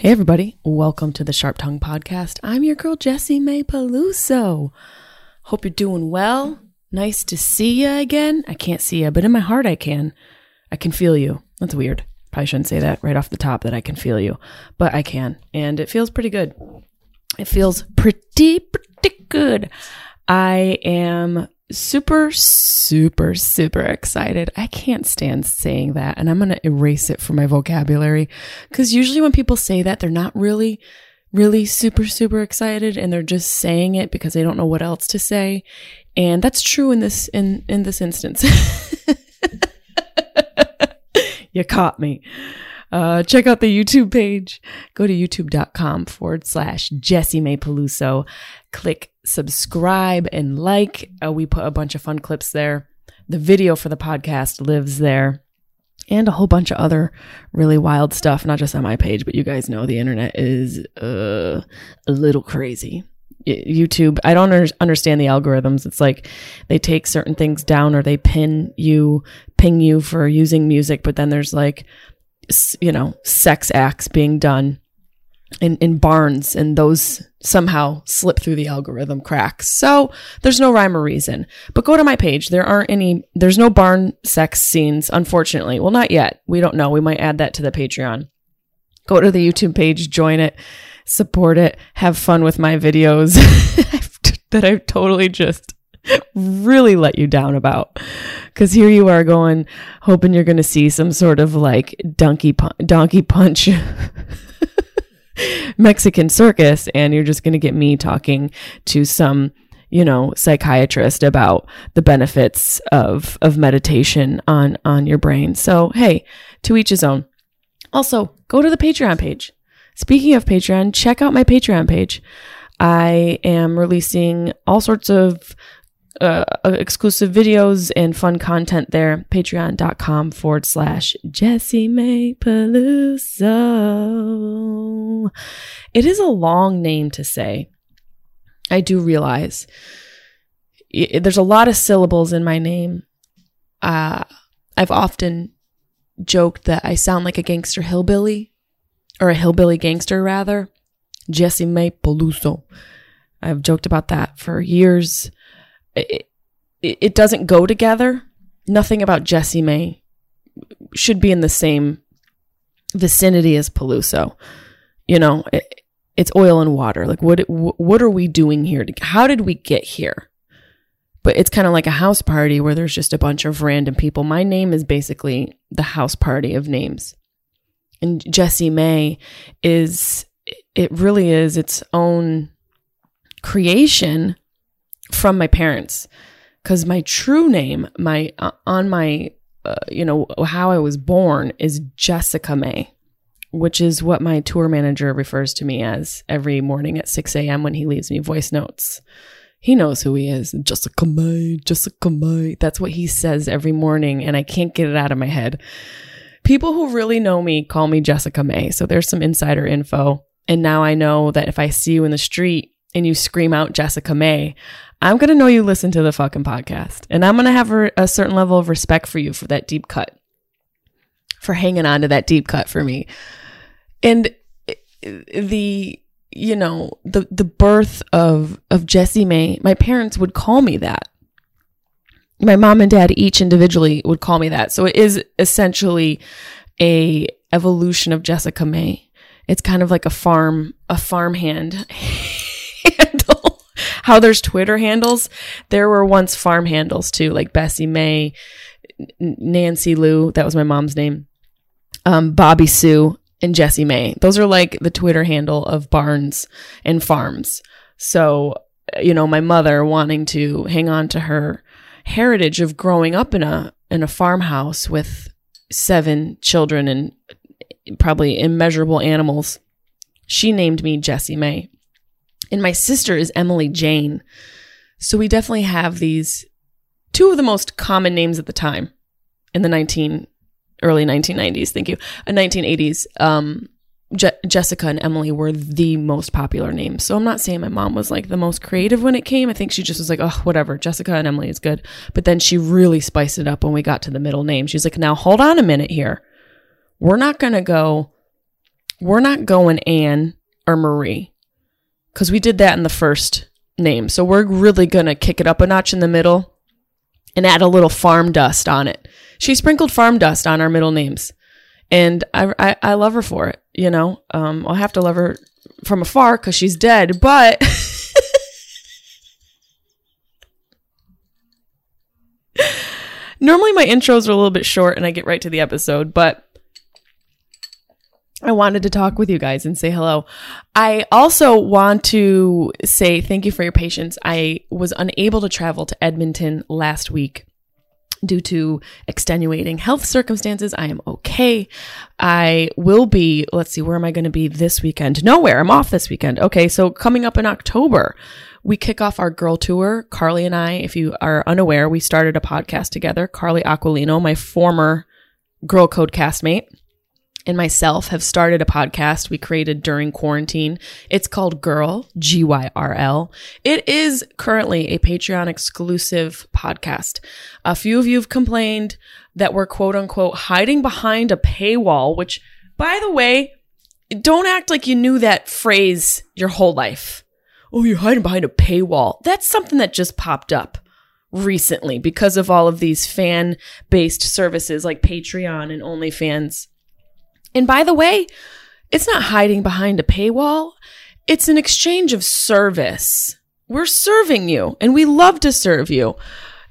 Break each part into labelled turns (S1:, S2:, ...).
S1: Hey, everybody. Welcome to the Sharp Tongue Podcast. I'm your girl, Jessie May Peluso. Hope you're doing well. Nice to see you again. I can't see you, but in my heart, I can. I can feel you. That's weird. Probably shouldn't say that right off the top that I can feel you, but I can. And it feels pretty good. It feels pretty, pretty good. I am super, super, super excited. I can't stand saying that. And I'm going to erase it from my vocabulary because usually when people say that, they're not really, really super, super excited and they're just saying it because they don't know what else to say. And that's true in this, in, in this instance. you caught me. Uh, check out the YouTube page. Go to youtube.com forward slash Jessie May Peluso. Click subscribe and like. Uh, we put a bunch of fun clips there. The video for the podcast lives there and a whole bunch of other really wild stuff, not just on my page, but you guys know the internet is uh, a little crazy. Y- YouTube, I don't under- understand the algorithms. It's like they take certain things down or they pin you, ping you for using music, but then there's like, s- you know, sex acts being done in, in barns and those somehow slip through the algorithm cracks. So there's no rhyme or reason. But go to my page. There aren't any, there's no barn sex scenes, unfortunately. Well, not yet. We don't know. We might add that to the Patreon. Go to the YouTube page, join it, support it, have fun with my videos I've t- that I've totally just really let you down about. Because here you are going, hoping you're going to see some sort of like donkey, pun- donkey punch. Mexican circus and you're just going to get me talking to some, you know, psychiatrist about the benefits of of meditation on on your brain. So, hey, to each his own. Also, go to the Patreon page. Speaking of Patreon, check out my Patreon page. I am releasing all sorts of uh, exclusive videos and fun content there. Patreon.com forward slash Jessie May Peluso. It is a long name to say. I do realize I- there's a lot of syllables in my name. Uh, I've often joked that I sound like a gangster hillbilly or a hillbilly gangster, rather. Jessie May Peluso. I've joked about that for years it, it it doesn't go together. Nothing about Jessie May should be in the same vicinity as Peluso. You know, it, it's oil and water. Like what what are we doing here? To, how did we get here? But it's kind of like a house party where there's just a bunch of random people. My name is basically the house party of names. And Jessie May is it really is its own creation from my parents because my true name my uh, on my uh, you know how i was born is jessica may which is what my tour manager refers to me as every morning at 6 a.m when he leaves me voice notes he knows who he is jessica may jessica may that's what he says every morning and i can't get it out of my head people who really know me call me jessica may so there's some insider info and now i know that if i see you in the street and you scream out Jessica May, I'm going to know you listen to the fucking podcast. And I'm going to have a, a certain level of respect for you for that deep cut, for hanging on to that deep cut for me. And i- i- the, you know, the, the birth of, of Jessie May, my parents would call me that. My mom and dad each individually would call me that. So it is essentially a evolution of Jessica May. It's kind of like a farm, a farmhand how there's Twitter handles. There were once farm handles too, like Bessie May, N- Nancy Lou, that was my mom's name, um, Bobby Sue, and Jessie May. Those are like the Twitter handle of barns and farms. So, you know, my mother wanting to hang on to her heritage of growing up in a in a farmhouse with seven children and probably immeasurable animals. She named me Jessie May. And my sister is Emily Jane. So we definitely have these two of the most common names at the time in the 19 early 1990s, thank you. Uh, 1980s. Um Je- Jessica and Emily were the most popular names. So I'm not saying my mom was like the most creative when it came. I think she just was like, oh, whatever. Jessica and Emily is good. But then she really spiced it up when we got to the middle name. She's like, now hold on a minute here. We're not going to go, we're not going Anne or Marie because we did that in the first name. So we're really going to kick it up a notch in the middle and add a little farm dust on it. She sprinkled farm dust on our middle names and I, I I love her for it. You know, um, I'll have to love her from afar because she's dead. But normally my intros are a little bit short, and I get right to the episode. But I wanted to talk with you guys and say hello. I also want to say thank you for your patience. I was unable to travel to Edmonton last week due to extenuating health circumstances. I am okay. I will be, let's see, where am I going to be this weekend? Nowhere. I'm off this weekend. Okay. So coming up in October, we kick off our girl tour. Carly and I, if you are unaware, we started a podcast together. Carly Aquilino, my former girl code castmate and myself have started a podcast we created during quarantine. It's called Girl, G Y R L. It is currently a Patreon exclusive podcast. A few of you have complained that we're quote unquote hiding behind a paywall, which, by the way, don't act like you knew that phrase your whole life. Oh, you're hiding behind a paywall. That's something that just popped up recently because of all of these fan based services like Patreon and OnlyFans. And by the way, it's not hiding behind a paywall, it's an exchange of service. We're serving you and we love to serve you.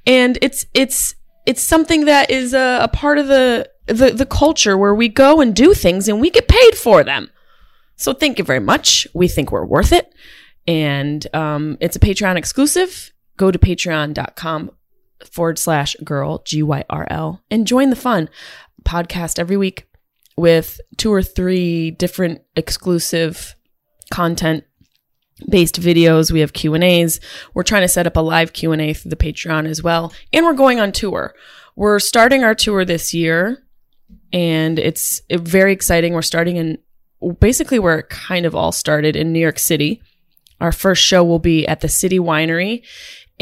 S1: And it's it's it's something that is a, a part of the, the the culture where we go and do things and we get paid for them. So thank you very much. We think we're worth it. And um, it's a Patreon exclusive. Go to patreon.com forward slash girl, G Y R L, and join the fun podcast every week with two or three different exclusive content based videos we have q&a's we're trying to set up a live q&a through the patreon as well and we're going on tour we're starting our tour this year and it's uh, very exciting we're starting in basically where it kind of all started in new york city our first show will be at the city winery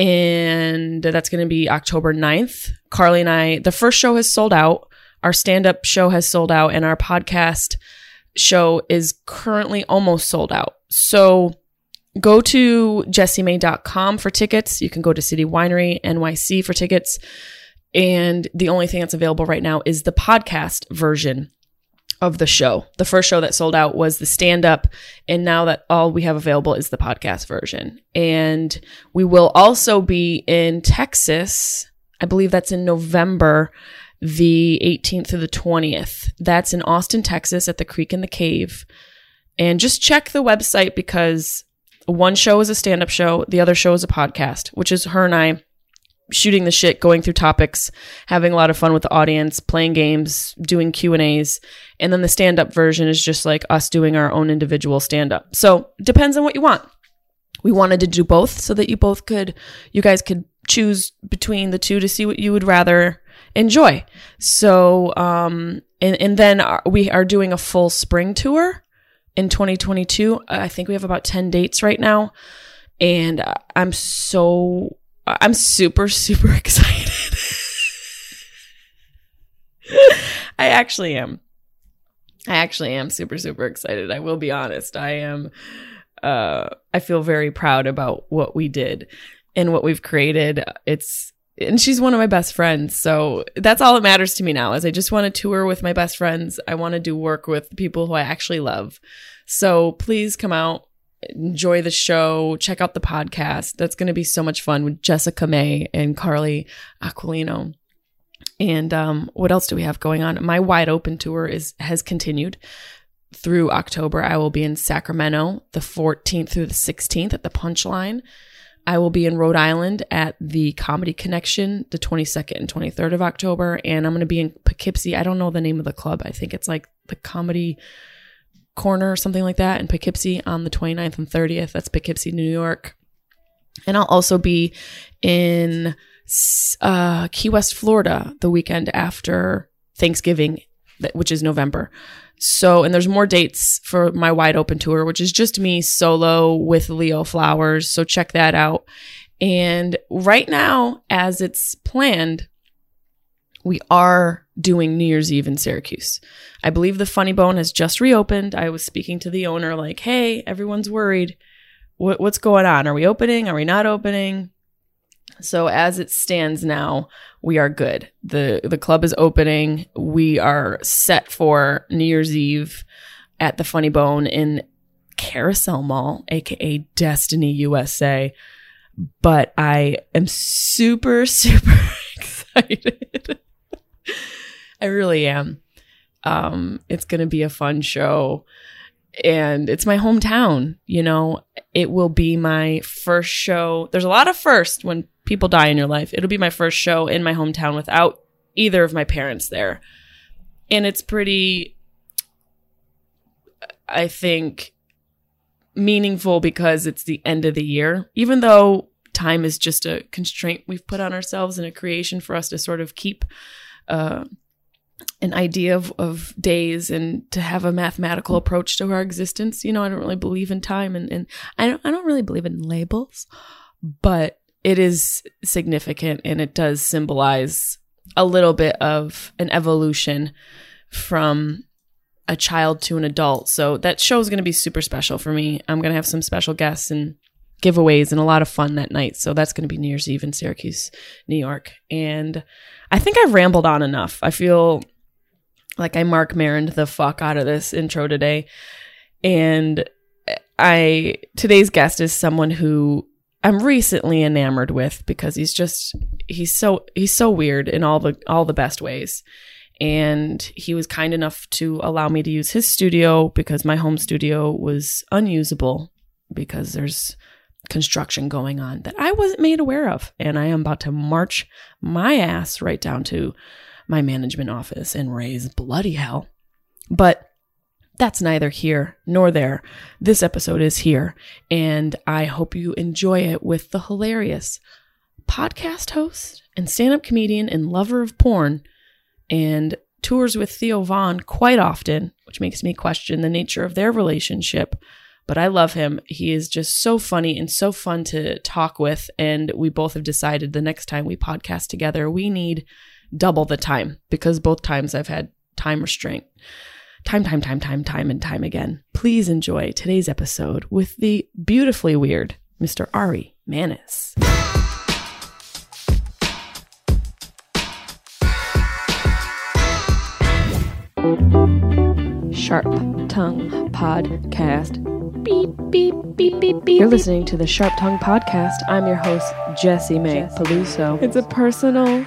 S1: and that's going to be october 9th carly and i the first show has sold out our stand up show has sold out and our podcast show is currently almost sold out. So go to jessiemay.com for tickets. You can go to City Winery NYC for tickets. And the only thing that's available right now is the podcast version of the show. The first show that sold out was the stand up. And now that all we have available is the podcast version. And we will also be in Texas. I believe that's in November the 18th to the 20th. That's in Austin, Texas at the Creek in the Cave. And just check the website because one show is a stand up show, the other show is a podcast, which is her and I shooting the shit, going through topics, having a lot of fun with the audience, playing games, doing Q&As, and then the stand up version is just like us doing our own individual stand up. So, depends on what you want. We wanted to do both so that you both could you guys could choose between the two to see what you would rather enjoy. So, um, and, and then our, we are doing a full spring tour in 2022. I think we have about 10 dates right now. And uh, I'm so, I'm super, super excited. I actually am. I actually am super, super excited. I will be honest. I am, uh, I feel very proud about what we did and what we've created. It's, and she's one of my best friends. So that's all that matters to me now is I just want to tour with my best friends. I want to do work with people who I actually love. So please come out enjoy the show. Check out the podcast. That's going to be so much fun with Jessica May and Carly Aquilino. And um, what else do we have going on? My wide open tour is has continued through October. I will be in Sacramento the 14th through the 16th at the Punchline. I will be in Rhode Island at the Comedy Connection the 22nd and 23rd of October. And I'm going to be in Poughkeepsie. I don't know the name of the club. I think it's like the Comedy Corner or something like that in Poughkeepsie on the 29th and 30th. That's Poughkeepsie, New York. And I'll also be in uh, Key West, Florida the weekend after Thanksgiving, th- which is November. So, and there's more dates for my wide open tour, which is just me solo with Leo Flowers. So, check that out. And right now, as it's planned, we are doing New Year's Eve in Syracuse. I believe the Funny Bone has just reopened. I was speaking to the owner, like, hey, everyone's worried. What, what's going on? Are we opening? Are we not opening? So as it stands now, we are good. The the club is opening. We are set for New Year's Eve at the Funny Bone in Carousel Mall, aka Destiny USA. But I am super super excited. I really am. Um it's going to be a fun show and it's my hometown, you know. It will be my first show. There's a lot of first when people die in your life. It'll be my first show in my hometown without either of my parents there. And it's pretty, I think, meaningful because it's the end of the year. Even though time is just a constraint we've put on ourselves and a creation for us to sort of keep uh, an idea of, of days and to have a mathematical approach to our existence. You know, I don't really believe in time and, and I, don't, I don't really believe in labels, but it is significant and it does symbolize a little bit of an evolution from a child to an adult. So that show is going to be super special for me. I'm going to have some special guests and giveaways and a lot of fun that night. So that's going to be New Year's Eve in Syracuse, New York. And I think I've rambled on enough. I feel like I Mark Marined the fuck out of this intro today. And I today's guest is someone who I'm recently enamored with because he's just he's so he's so weird in all the all the best ways. And he was kind enough to allow me to use his studio because my home studio was unusable because there's construction going on that I wasn't made aware of. And I am about to march my ass right down to my management office and raise bloody hell. But that's neither here nor there. This episode is here, and I hope you enjoy it with the hilarious podcast host and stand up comedian and lover of porn and tours with Theo Vaughn quite often, which makes me question the nature of their relationship. But I love him. He is just so funny and so fun to talk with. And we both have decided the next time we podcast together, we need double the time because both times I've had time restraint time, time, time, time, time, and time again. Please enjoy today's episode with the beautifully weird Mr. Ari Manis. Sharp Tongue Podcast. Beep, beep, beep, beep, beep. You're listening to the Sharp Tongue Podcast. I'm your host, Jessie May Peluso. It's a personal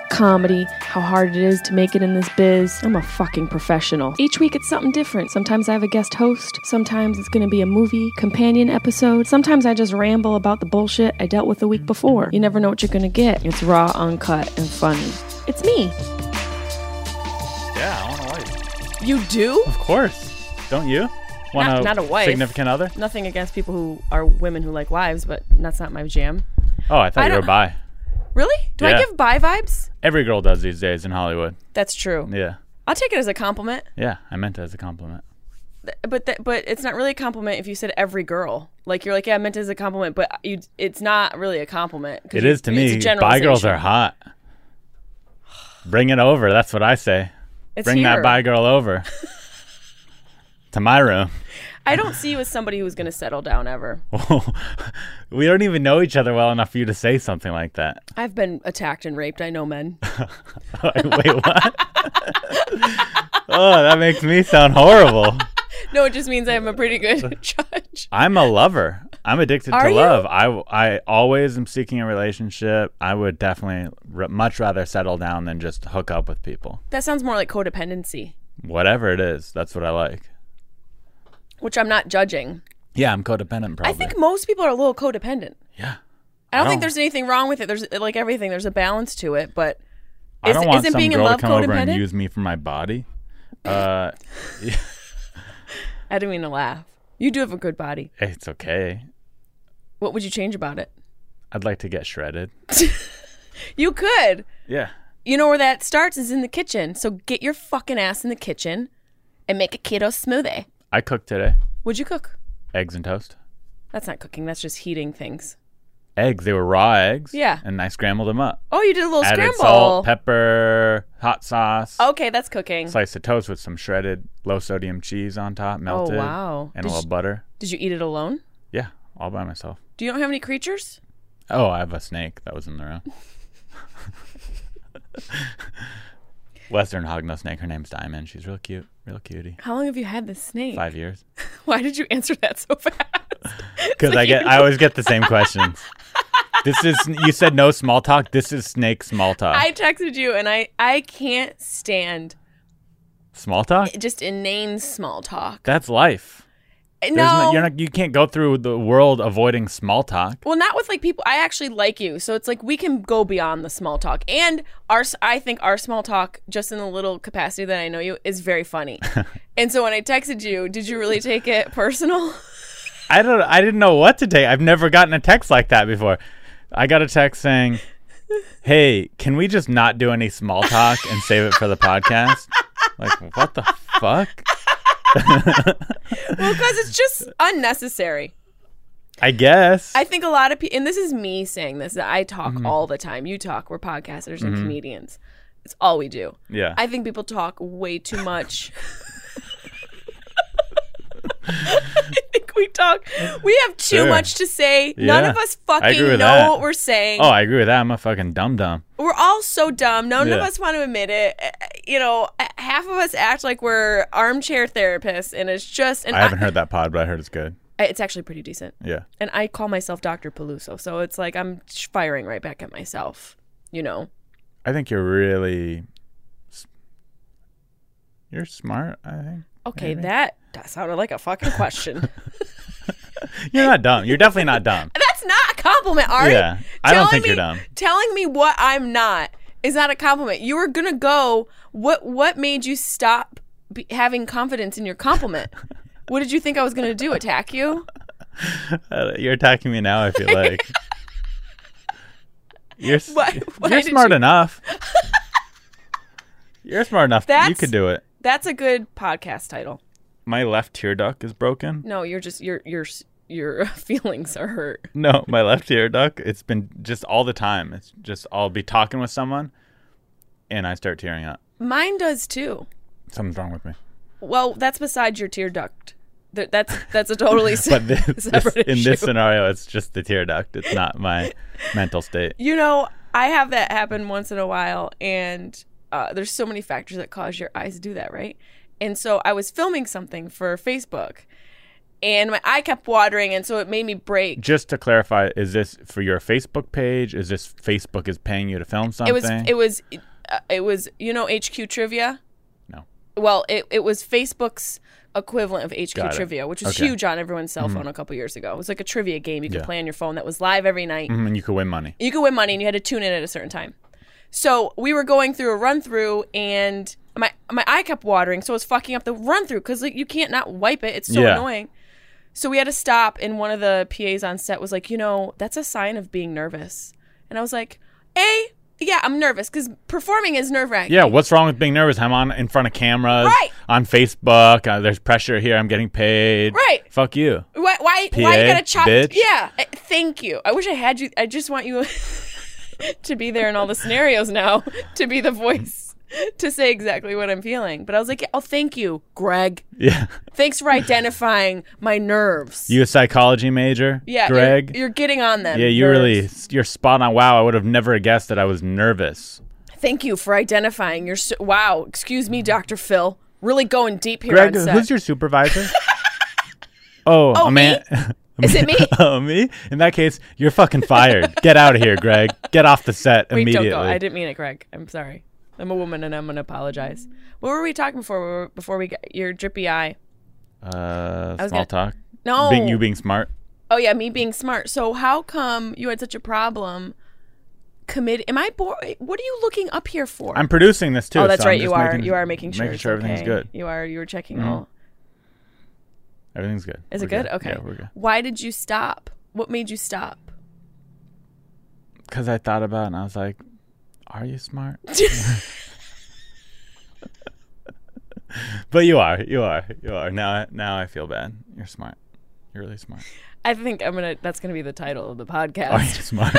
S1: Comedy, how hard it is to make it in this biz. I'm a fucking professional. Each week it's something different. Sometimes I have a guest host. Sometimes it's gonna be a movie companion episode. Sometimes I just ramble about the bullshit I dealt with the week before. You never know what you're gonna get. It's raw, uncut, and funny. It's me.
S2: Yeah, I want a wife.
S1: You do?
S2: Of course. Don't you? Want
S1: Not-
S2: a,
S1: not a wife.
S2: Significant other?
S1: Nothing against people who are women who like wives, but that's not my jam.
S2: Oh, I thought
S1: I
S2: you were
S1: don't-
S2: bi.
S1: Really? Do I
S2: Yeah.
S1: give bi vibes?
S2: Every girl does these days in Hollywood.
S1: That's true.
S2: Yeah.
S1: I'll take it as a compliment,
S2: Yeah, I meant it as a compliment.
S1: Th- but th- but it's not really a compliment if you said every girl. Like you're like, yeah, I meant it as a compliment, but you, it's not really a compliment. 'cause
S2: It
S1: you-
S2: is to
S1: it's a
S2: me. Bi girls
S1: generalization.
S2: are hot. Bring it over. That's what I say.
S1: It's
S2: Bring
S1: here.
S2: that bi girl over to my room.
S1: I don't see you as somebody who's going to settle down ever.
S2: we don't even know each other well enough for you to say something like that.
S1: I've been attacked and raped. I know men.
S2: Wait, what? oh, that makes me sound horrible.
S1: No, it just means I'm a pretty good judge.
S2: I'm a lover. I'm addicted
S1: Are
S2: to
S1: you?
S2: love. I, I always am seeking a relationship. I would definitely r- much rather settle down than just hook up with people.
S1: That sounds more like codependency,
S2: Whatever it is, that's what I like.
S1: which I'm not judging.
S2: Yeah, I'm codependent probably.
S1: I think most people are a little codependent.
S2: yeah.
S1: I don't
S2: I don't-
S1: think there's anything wrong with it. There's like everything. There's a balance to it, but
S2: I don't
S1: Is-
S2: want
S1: isn't
S2: some
S1: being in
S2: girl
S1: love
S2: to come over and
S1: codependent?
S2: use me for my body. Uh,
S1: I didn't mean to laugh. You do have a good body.
S2: it's okay.
S1: What would you change about it?
S2: I'd like to get shredded.
S1: You could.
S2: Yeah.
S1: You know where that starts is in the kitchen. So get your fucking ass in the kitchen and make a keto smoothie.
S2: I cooked today.
S1: Would you cook?
S2: Eggs and toast.
S1: That's not cooking. That's just heating things.
S2: Eggs. They were raw eggs.
S1: Yeah.
S2: And I scrambled them up.
S1: Oh, you did a little
S2: Added
S1: scramble.
S2: salt, pepper, hot sauce.
S1: okay, that's cooking.
S2: Mm-hmm. Slice of toast with some shredded low sodium cheese on top, melted.
S1: Oh, wow.
S2: And
S1: Did
S2: a little
S1: you-
S2: butter.
S1: Did you eat it alone?
S2: Yeah, all by myself.
S1: Do you don't have any creatures?
S2: Oh, I have a snake that was in the room. Western hognose snake. Her name's Diamond. She's real cute, real cutie.
S1: How long have you had this snake?
S2: Five years.
S1: Why did you answer that so fast?
S2: Because I get, I always get the same questions. this is you said no small talk. This is snake small talk.
S1: I texted you and I I can't stand
S2: small talk.
S1: just inane small talk.
S2: That's life.
S1: No,
S2: There's no, you're not. You can't go through the world avoiding small talk.
S1: Well, not with like people. I actually like you, so it's like we can go beyond the small talk. And our, s- I think our small talk, just in the little capacity that I know you, is very funny. and so when I texted you, did you really take it personal?
S2: I don't. I didn't know what to take. I've never gotten a text like that before. I got a text saying, "Hey, can we just not do any small talk and save it for the podcast?" Like, what the fuck?
S1: well, because it's just unnecessary.
S2: I guess.
S1: I think a lot of people, and this is me saying this, that I talk all the time. You talk. We're podcasters and comedians. It's all we do.
S2: yeah.
S1: I think people talk way too much. I think we talk. We have too
S2: Sure.
S1: much to say. None
S2: Yeah.
S1: of us
S2: I
S1: fucking
S2: agree
S1: know
S2: with that.
S1: what we're saying.
S2: oh, I agree with that. I'm a fucking dumb dumb.
S1: We're all so dumb. None of
S2: Yeah.
S1: us want to admit it. Uh, You know, uh, half of us act like we're armchair therapists, and it's just. And
S2: I haven't heard that pod, but I heard it's good.
S1: I- It's actually pretty decent.
S2: Yeah.
S1: And I call myself Dr. Peluso, so it's like I'm sh- firing right back at myself. You know,
S2: I think you're really. s- You're smart. I think.
S1: okay, that that sounded like a fucking question.
S2: You're not dumb. You're definitely not dumb.
S1: That's not a compliment, Ari.
S2: Yeah. I don't
S1: Telling
S2: think
S1: me-
S2: you're dumb.
S1: Telling me what I'm not is not a compliment. You were gonna go. What What made you stop be, having confidence in your compliment? what did you think I was gonna do? Attack you?
S2: Uh, you're attacking me now. I feel like you're s-
S1: Why- why
S2: you're
S1: did
S2: smart
S1: you-
S2: enough. you're smart enough. you
S1: That's-
S2: could do it.
S1: That's a good podcast title.
S2: My left tear duct is broken.
S1: No, you're just your your s- your feelings are hurt.
S2: No, my left tear duct. It's been just all the time. It's just I'll be talking with someone, and I start tearing up.
S1: Mine does too.
S2: Something's wrong with me.
S1: Well, that's besides your tear duct. Th- That's that's a totally se-
S2: But this, this-
S1: separate
S2: in
S1: issue.
S2: this scenario, it's just the tear duct. It's not my mental state.
S1: You know, I have that happen once in a while, and uh, there's so many factors that cause your eyes to do that, right? And so I was filming something for Facebook, and my eye kept watering, and so it made me break.
S2: Just to clarify, is this for your Facebook page? Is this Facebook is paying you to film something?
S1: It was, it was, uh, it was, you know, HQ trivia.
S2: No.
S1: Well, it it was Facebook's equivalent of HQ
S2: Got it.
S1: trivia, which was
S2: Okay. Mm-hmm.
S1: huge on everyone's cell phone a couple years ago. It was like a trivia game you could
S2: Yeah.
S1: play on your phone that was live every night.
S2: Mhm, and you could win money.
S1: you could win money and you had to tune in at a certain time. So we were going through a run through and my my eye kept watering, so it was fucking up the run through because like you can't not wipe it. It's so
S2: Yeah.
S1: annoying. So we had to stop, and one of the PAs on set was like, you know, that's a sign of being nervous. And I was like, A, yeah, I'm nervous because performing is nerve wracking.
S2: Yeah, what's wrong with being nervous? I'm on in front of cameras,
S1: Right.
S2: on Facebook. Uh, there's pressure here. I'm getting paid.
S1: Right.
S2: Fuck you.
S1: Why, why, why you
S2: PA,
S1: gotta chop?
S2: bitch.
S1: Yeah, I- thank you. I wish I had you. I just want you to be there in all the scenarios now, to be the voice to say exactly what I'm feeling. But I was like, oh, thank you, Greg.
S2: Yeah.
S1: Thanks for identifying my nerves.
S2: You a psychology major?
S1: yeah, you're-
S2: Greg?
S1: You're, getting on them.
S2: yeah, you
S1: nerves.
S2: really, you're spot on. Wow, I would have never guessed that I was nervous.
S1: Thank you for identifying your. Su- wow, excuse me, Dr. Phil. Really going deep here
S2: Greg,
S1: on set.
S2: who's your supervisor? oh,
S1: Oh,
S2: a man.
S1: Is it me?
S2: oh, me? In that case, you're fucking fired. Get out of here, Greg. Get off the set
S1: Wait,
S2: immediately.
S1: don't go. I didn't mean it, Greg. I'm sorry. I'm a woman and I'm gonna apologize. What were we talking for before we got your drippy eye?
S2: Uh,
S1: was gonna-
S2: small talk.
S1: No.
S2: Being you being smart.
S1: Oh yeah, me being smart. So how come you had such a problem? Commit. Am I bored? What are you looking up here for?
S2: I'm producing this too.
S1: oh, that's
S2: so I'm
S1: right. You
S2: just
S1: are.
S2: Making,
S1: you are making sure.
S2: Making
S1: it's
S2: sure everything's
S1: okay.
S2: good.
S1: You are. You were checking
S2: Mhm.
S1: all.
S2: Everything's good.
S1: Is
S2: We're
S1: it good? Okay.
S2: Yeah, we're good.
S1: Why did you stop? What made you stop?
S2: Because I thought about it and I was like, are you smart? but you are. You are. You are. Now, I- now I feel bad. You're smart. You're really smart.
S1: I think I'm gonna. That's gonna be the title of the
S2: Are you
S1: podcast.
S2: smart?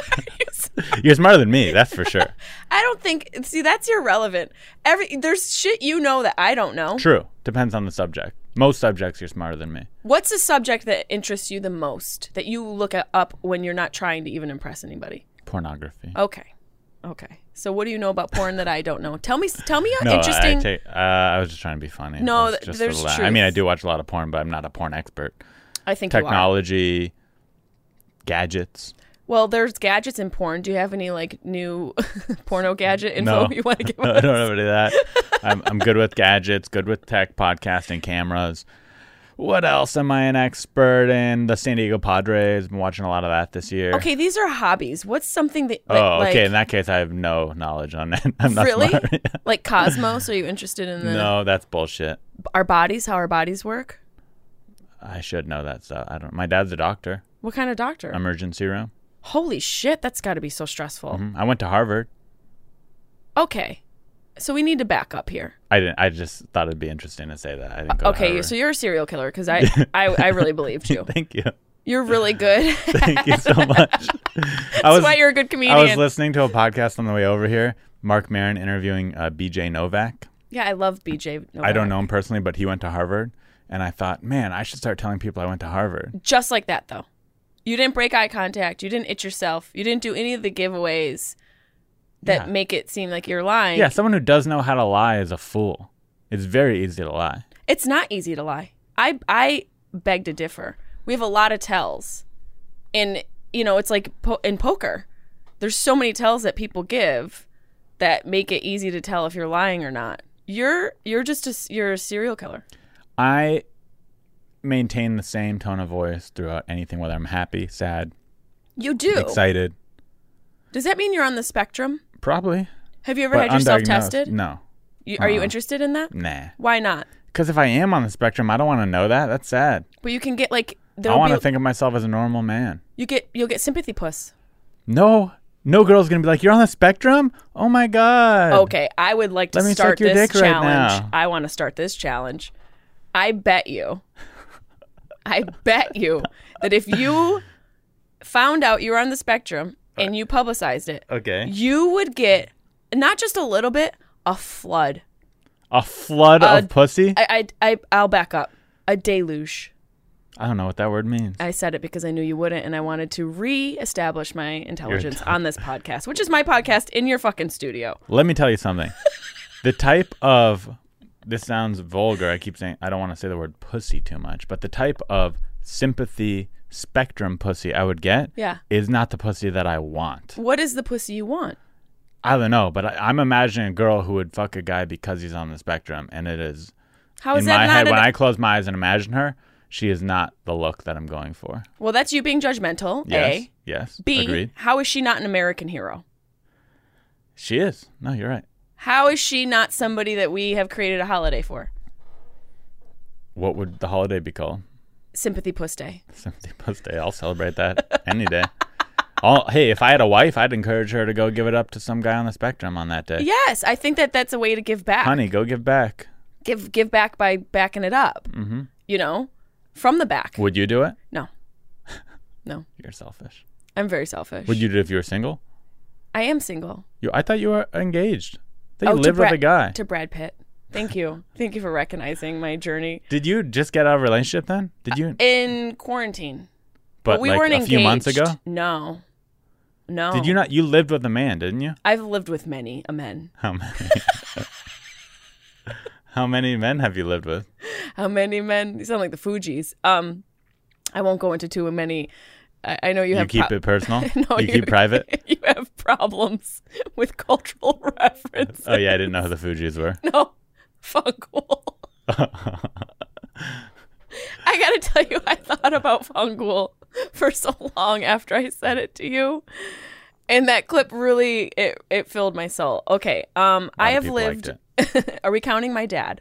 S2: You're smarter than me. That's for sure.
S1: I don't think. See, that's irrelevant. Every there's shit you know that I don't know.
S2: True. Depends on the subject. Most subjects, you're smarter than me.
S1: What's the subject that interests you the most that you look at, up when you're not trying to even impress anybody?
S2: Pornography.
S1: Okay. Okay. So what do you know about porn that I don't know? Tell me tell me
S2: No,
S1: how interesting.
S2: I, take, uh, I was just trying to be funny.
S1: No,
S2: That's
S1: th-
S2: just
S1: there's
S2: a lie. I mean,
S1: truth.
S2: I do watch a lot of porn, but I'm not a porn expert.
S1: I think you are.
S2: Technology, gadgets.
S1: Well, there's gadgets in porn. Do you have any like new porno gadget info
S2: no,
S1: you want to give
S2: no, I
S1: us?
S2: don't have any of that. I'm, I'm good with gadgets, good with tech, podcasting, cameras. What else am I an expert in? The San Diego Padres. Been watching a lot of that this year.
S1: Okay, these are hobbies. What's something that like,
S2: Oh, okay.
S1: like-
S2: In that case, I have no knowledge on that. I'm not
S1: really?
S2: smart.
S1: like cosmos? Are you interested in the,
S2: no, that's bullshit.
S1: our bodies? How our bodies work?
S2: I should know that stuff. I don't. My dad's a doctor.
S1: What kind of doctor?
S2: Emergency room.
S1: Holy shit, that's got to be so stressful.
S2: Mhm. I went to Harvard.
S1: Okay, so we need to back up here.
S2: I didn't. I just thought it'd be interesting to say that. I didn't go
S1: okay,
S2: To
S1: so you're a serial killer because I, I I really believed you.
S2: Thank you.
S1: You're really good.
S2: Thank you so much. I
S1: That's why you're a good comedian.
S2: I was listening to a podcast on the way over here. Mark Marin interviewing uh, B.J. Novak.
S1: yeah, I love BJ. Novak.
S2: I don't know him personally, but he went to Harvard, and I thought, man, I should start telling people I went to Harvard.
S1: Just like that, though. You didn't break eye contact. You didn't itch yourself. You didn't do any of the giveaways that
S2: Yeah.
S1: make it seem like you're lying.
S2: Yeah, someone who does know how to lie is a fool. It's very easy to lie.
S1: It's not easy to lie. I I beg to differ. We have a lot of tells, and you know it's like po- in poker. There's so many tells that people give that make it easy to tell if you're lying or not. You're you're just a s- you're a serial killer.
S2: I maintain the same tone of voice throughout anything, whether I'm happy, sad,
S1: You do.
S2: excited.
S1: Does that mean you're on the spectrum?
S2: Probably.
S1: Have you ever
S2: But
S1: had yourself
S2: undiagnosed,
S1: tested?
S2: No.
S1: You, are you
S2: Uh-uh.
S1: interested in that?
S2: Nah.
S1: Why not?
S2: Because if I am on the spectrum, I don't want to know that. That's sad.
S1: But you can get like
S2: I
S1: there'll
S2: want
S1: be
S2: to think of myself as a normal man.
S1: you get you'll get sympathy puss.
S2: No, no girl's gonna be like, "You're on the spectrum." Oh my god.
S1: Okay, I would like to
S2: Let me
S1: start
S2: suck your
S1: this
S2: dick right
S1: challenge.
S2: now.
S1: I want to start this challenge. I bet you. I bet you that if you found out you were on the spectrum and you publicized it,
S2: Okay.
S1: you would get not just a little bit, a flood.
S2: A flood
S1: Uh,
S2: of pussy. I,
S1: I I, I I'll back up. A deluge.
S2: don't know what that word means.
S1: I said it because I knew you wouldn't, and I wanted to re-establish my intelligence
S2: dumb.
S1: on this podcast, which is my podcast in your fucking studio.
S2: Let me tell you something. the type of this sounds vulgar. I keep saying I don't want to say the word pussy too much, but the type of sympathy spectrum pussy I would get
S1: Yeah.
S2: is not the pussy that I want.
S1: What is the pussy you want?
S2: I don't know, but I, I'm imagining a girl who would fuck a guy because he's on the spectrum, and it is
S1: How is
S2: in
S1: that
S2: my
S1: not
S2: head
S1: an-
S2: when I close my eyes and imagine her, she is not the look that I'm going for.
S1: Well, that's you being judgmental.
S2: Yes.
S1: A.
S2: Yes.
S1: B.
S2: Agreed.
S1: How is she not an American hero?
S2: She is. No, you're right.
S1: How is she not somebody that we have created a holiday for?
S2: What would the holiday be called?
S1: Sympathy Puss Day.
S2: Sympathy Puss Day. I'll celebrate that any day. All, hey, if I had a wife, I'd encourage her to go give it up to some guy on the spectrum on that day.
S1: Yes, I think that that's a way to give back.
S2: Honey, go give back.
S1: Give give back by backing it up. Mm-hmm. You know, from the back.
S2: Would you do it?
S1: no, no,
S2: You're selfish.
S1: I'm very selfish.
S2: Would you do it if you were single?
S1: I am single.
S2: You, I thought you were engaged. That you
S1: Oh, to
S2: lived with
S1: Brad-
S2: a guy.
S1: To Brad Pitt. Thank you. Thank you for recognizing my journey
S2: Did you just get out of a relationship then? Did you?
S1: in quarantine.
S2: but
S1: Uh, we
S2: like
S1: weren't
S2: a few months ago.
S1: engaged. No. No.
S2: Did you not? You lived with a man, didn't you?
S1: I've lived with many a men.
S2: How many? How many men have you lived with?
S1: How many men? You sound like the Fugees. Um, I won't go into too many. I, I know you,
S2: You,
S1: have
S2: keep
S1: pro-
S2: it personal.
S1: No,
S2: you, keep private.
S1: You have problems with cultural references.
S2: Oh yeah, I didn't know who the Fugees were.
S1: No, Fungal. I gotta tell you, I thought about Fungal for so long after I said it to you, and that clip really it it filled my soul. Okay, um,
S2: A lot
S1: I
S2: of
S1: have
S2: people liked
S1: lived. Are we counting my dad?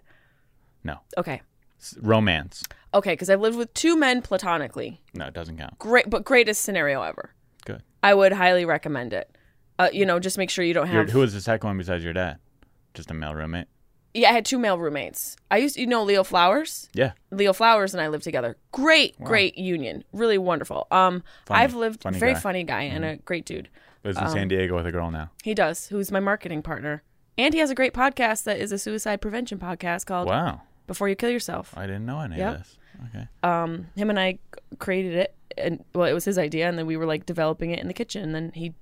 S2: No,
S1: Okay,
S2: S- romance.
S1: okay, because I've lived with two men platonically.
S2: No, it doesn't count.
S1: Great, but greatest scenario ever.
S2: Good.
S1: I would highly recommend it. Uh, you know, just make sure you don't
S2: Your,
S1: have.
S2: who was the second one besides your dad? Just a male roommate.
S1: yeah, I had two male roommates. I used, you know, Leo Flowers.
S2: Yeah.
S1: Leo Flowers and I lived together. Great, great union. Really wonderful. Um,
S2: Funny-
S1: I've lived
S2: funny
S1: very
S2: guy. Mm-hmm.
S1: funny guy and a great dude.
S2: Lives in
S1: Um,
S2: San Diego with a girl now.
S1: He does, who's my marketing partner, and he has a great podcast that is a suicide prevention podcast called
S2: Wow,
S1: "Before You Kill Yourself."
S2: I didn't know any
S1: Yep.
S2: of this. Okay.
S1: Um, him and I c- created it, and well, it was his idea, and then we were like developing it in the kitchen, and then he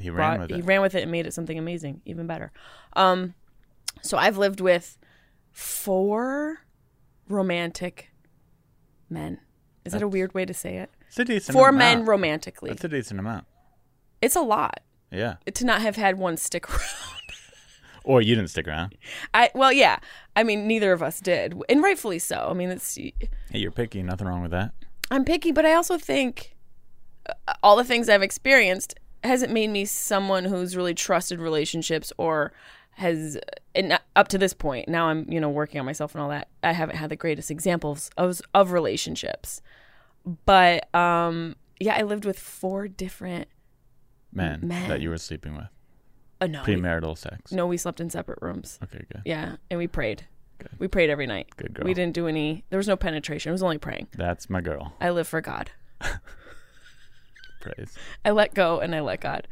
S2: He ran
S1: brought,
S2: with
S1: he
S2: it.
S1: ran with it and made it something amazing, even better. Um, so I've lived with four romantic men. Is that a weird way to say it?
S2: It's a decent
S1: Four
S2: amount.
S1: men romantically.
S2: That's a decent amount.
S1: it's a lot
S2: Yeah.
S1: to not have had one stick around.
S2: Or you didn't stick around.
S1: I well, yeah. I mean, neither of us did, and rightfully so. I mean, it's
S2: Hey, you're picky. Nothing wrong with that.
S1: I'm picky, but I also think uh, all the things I've experienced hasn't made me someone who's really trusted relationships or has and not- up to this point now I'm you know working on myself and all that I haven't had the greatest examples of of relationships but um yeah I lived with four different
S2: Man,
S1: Man.
S2: that you were sleeping with.
S1: uh, no we,
S2: Premarital sex.
S1: no we slept in separate rooms
S2: Okay, good.
S1: yeah and we prayed we prayed every night
S2: Good girl.
S1: we didn't do any there was no penetration it was only praying
S2: That's my girl.
S1: I live for God
S2: Praise.
S1: I let go and I let God.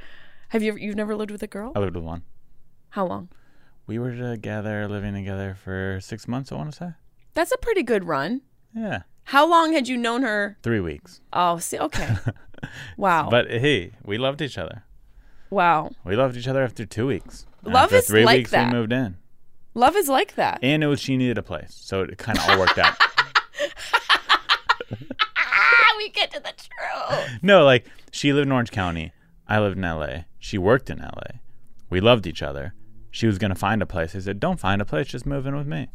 S1: Have you ever, you've never lived with a girl?
S2: I lived with one.
S1: How long?
S2: We were together, living together for six months, I want to say.
S1: That's a pretty good run.
S2: Yeah.
S1: How long had you known her?
S2: Three weeks.
S1: Oh, see, okay. Wow.
S2: But hey, we loved each other.
S1: wow.
S2: We loved each other after two weeks. And
S1: Love
S2: after
S1: is
S2: three
S1: like
S2: weeks,
S1: that.
S2: we moved in.
S1: Love is like that.
S2: And it was she needed a place. So it kind of all worked out.
S1: ah, we get to the truth.
S2: No, like she lived in Orange County. I lived in LA. She worked in LA. We loved each other. She was going to find a place. I said, don't find a place. Just move in with me.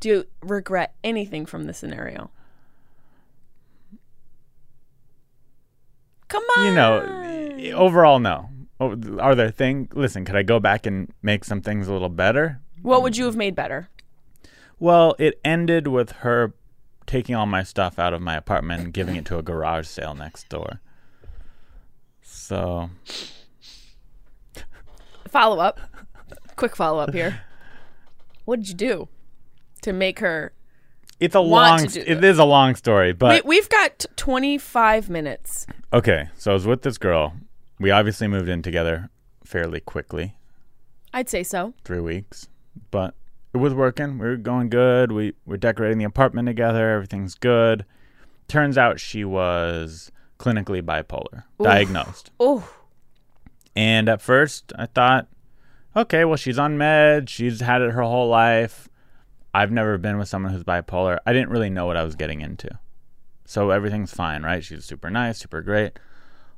S1: Do you regret anything from this scenario? Come on.
S2: you
S1: Ah.
S2: know, overall, no. Oh, Are there things? Listen, could I go back and make some things a little better?
S1: What would you have made better?
S2: Well, it ended with her taking all my stuff out of my apartment and giving it to a garage sale next door. So,
S1: Follow up. Quick follow up here. What did you do to make her
S2: it's a
S1: Want
S2: long
S1: to do
S2: it is a long story, but
S1: we, we've got 25 minutes.
S2: okay, so I was with this girl. We obviously moved in together fairly quickly.
S1: I'd say so.
S2: 3 weeks. But it was working. We were going good. We were decorating the apartment together. Everything's good. Turns out she was clinically bipolar, diagnosed.
S1: Oh,
S2: And at first, I thought, okay, well, she's on meds. She's had it her whole life. I've never been with someone who's bipolar. I didn't really know what I was getting into. So everything's fine, right? She's super nice, super great.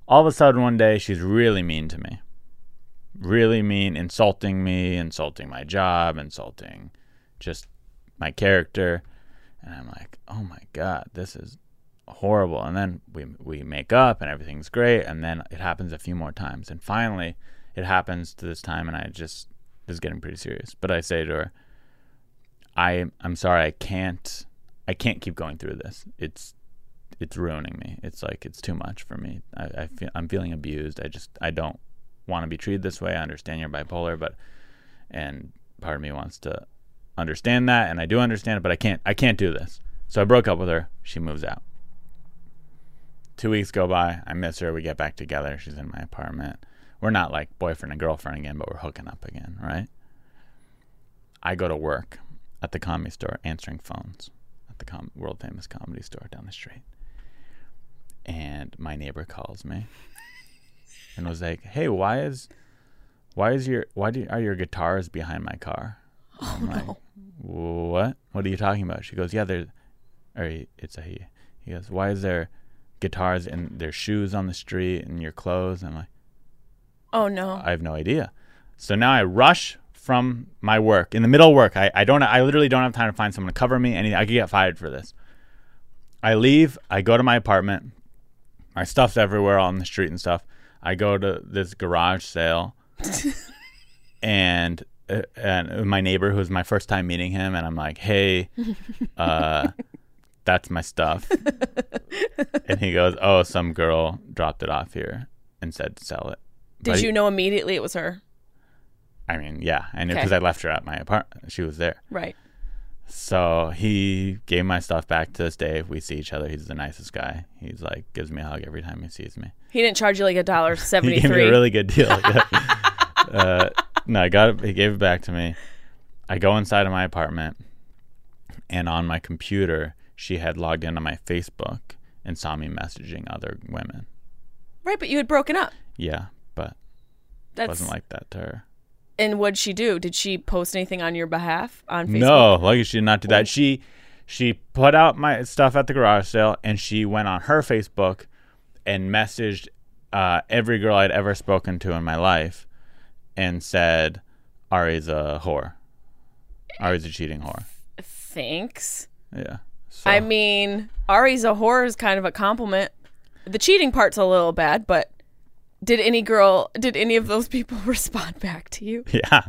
S2: All of a sudden, one day, she's really mean to me. Really mean, insulting me, insulting my job, insulting just my character. And I'm like, oh my God, this is horrible. And then we we make up and everything's great. And then it happens a few more times. And finally, it happens to this time, and I just this is getting pretty serious. But I say to her, I I'm sorry, I can't I can't keep going through this. It's it's ruining me. It's like it's too much for me. I, I feel I'm feeling abused. I just I don't want to be treated this way. I understand you're bipolar, but and part of me wants to understand that, and I do understand it, but I can't I can't do this. So I broke up with her. She moves out. Two weeks go by. I miss her. We get back together. She's in my apartment. We're not like boyfriend and girlfriend again, but we're hooking up again, right? I go to work at the comedy store answering phones at the com- world famous comedy store down the street. And my neighbor calls me and was like, "Hey, why is why is your why do are your guitars behind my car?" Oh I'm like, "What? What are you talking about?" She goes, "Yeah, there's or he, it's a he. He goes, "Why is there guitars and their shoes on the street and your clothes?" And I'm like,
S1: Oh no.
S2: I have no idea. So now I rush from my work in the middle of work. I, I don't I literally don't have time to find someone to cover me. Anything I could get fired for this. I leave. I go to my apartment. My stuff's everywhere on the street and stuff. I go to this garage sale, and uh, and my neighbor who's my first time meeting him, and I'm like, hey, uh, that's my stuff. and he goes, oh, some girl dropped it off here and said sell it.
S1: Did
S2: But he-
S1: you know immediately it was her?
S2: I mean, yeah, I knew
S1: Okay.
S2: because I left her at my apartment. She was there.
S1: Right.
S2: So he gave my stuff back to this day. If we see each other, he's the nicest guy. He's like, gives me a hug every time he sees me.
S1: He didn't charge you like a dollar
S2: He
S1: seventy
S2: gave me
S1: three.
S2: a really good deal. uh, no, I got it. He gave it back to me. I go inside of my apartment, and on my computer, she had logged into my Facebook and saw me messaging other women.
S1: right, but you had broken up.
S2: Yeah, but it
S1: That's
S2: wasn't like that to her.
S1: and what'd she do? Did she post anything on your behalf on Facebook?
S2: No, lucky she did not do that. She she put out my stuff at the garage sale, and she went on her Facebook and messaged uh, every girl I'd ever spoken to in my life, and said, "Ari's a whore. Ari's a cheating whore."
S1: Thanks.
S2: Yeah. So,
S1: I mean, Ari's a whore is kind of a compliment. The cheating part's a little bad, but did any girl, did any of those people respond back to you?
S2: yeah,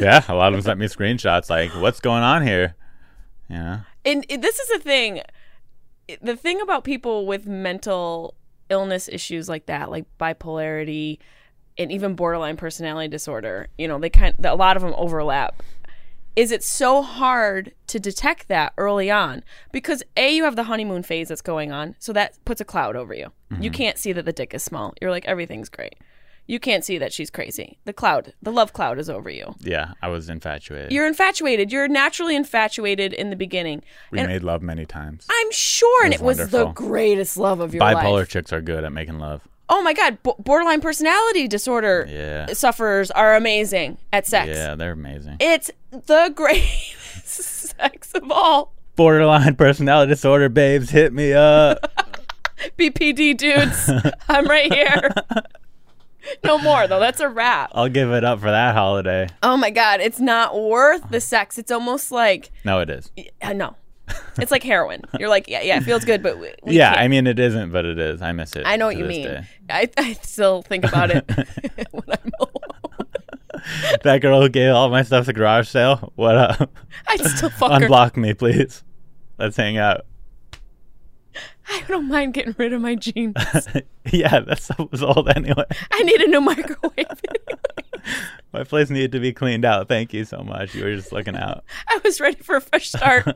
S2: yeah. A lot of them sent me screenshots like, "What's going on here?" Yeah.
S1: And it- this is the thing. The thing about people with mental illness issues like that, like bipolarity and even borderline personality disorder, you know, they kind a lot of them overlap. Is it's so hard to detect that early on because a you have the honeymoon phase that's going on, so that puts a cloud over you. You can't see that the dick is small. You're like everything's great. You can't see that she's crazy. The cloud, the love cloud is over you.
S2: Yeah, I was infatuated.
S1: You're infatuated. You're naturally infatuated in the beginning.
S2: we made love many times.
S1: I'm sure, and
S2: It
S1: it
S2: was
S1: was
S2: wonderful.
S1: the greatest love of your
S2: Bipolar
S1: life.
S2: chicks are good at making love.
S1: Oh my God, b- borderline personality disorder
S2: Yeah.
S1: sufferers are amazing at sex.
S2: Yeah, they're amazing.
S1: It's the greatest sex of all.
S2: borderline personality disorder, babes, hit me up.
S1: BPD dudes, I'm right here. No more though. That's a wrap.
S2: I'll give it up for that holiday.
S1: Oh my God, it's not worth the sex. It's almost like
S2: No, it is.
S1: uh, no. It's like heroin. You're like, yeah, yeah, it feels good, but we, we
S2: yeah,
S1: can't.
S2: I mean, it isn't, but it is. I miss it.
S1: I know what
S2: to
S1: you
S2: this
S1: mean.
S2: day.
S1: I, I still think about it when I'm alone.
S2: That girl who gave all my stuff to garage sale, what up?
S1: I'd still fuck her.
S2: Unblock me, please. Let's hang out.
S1: I don't mind getting rid of my jeans.
S2: yeah, that stuff was old anyway.
S1: I need a new microwave.
S2: My place needed to be cleaned out. Thank you so much. You were just looking out.
S1: I was ready for a fresh start.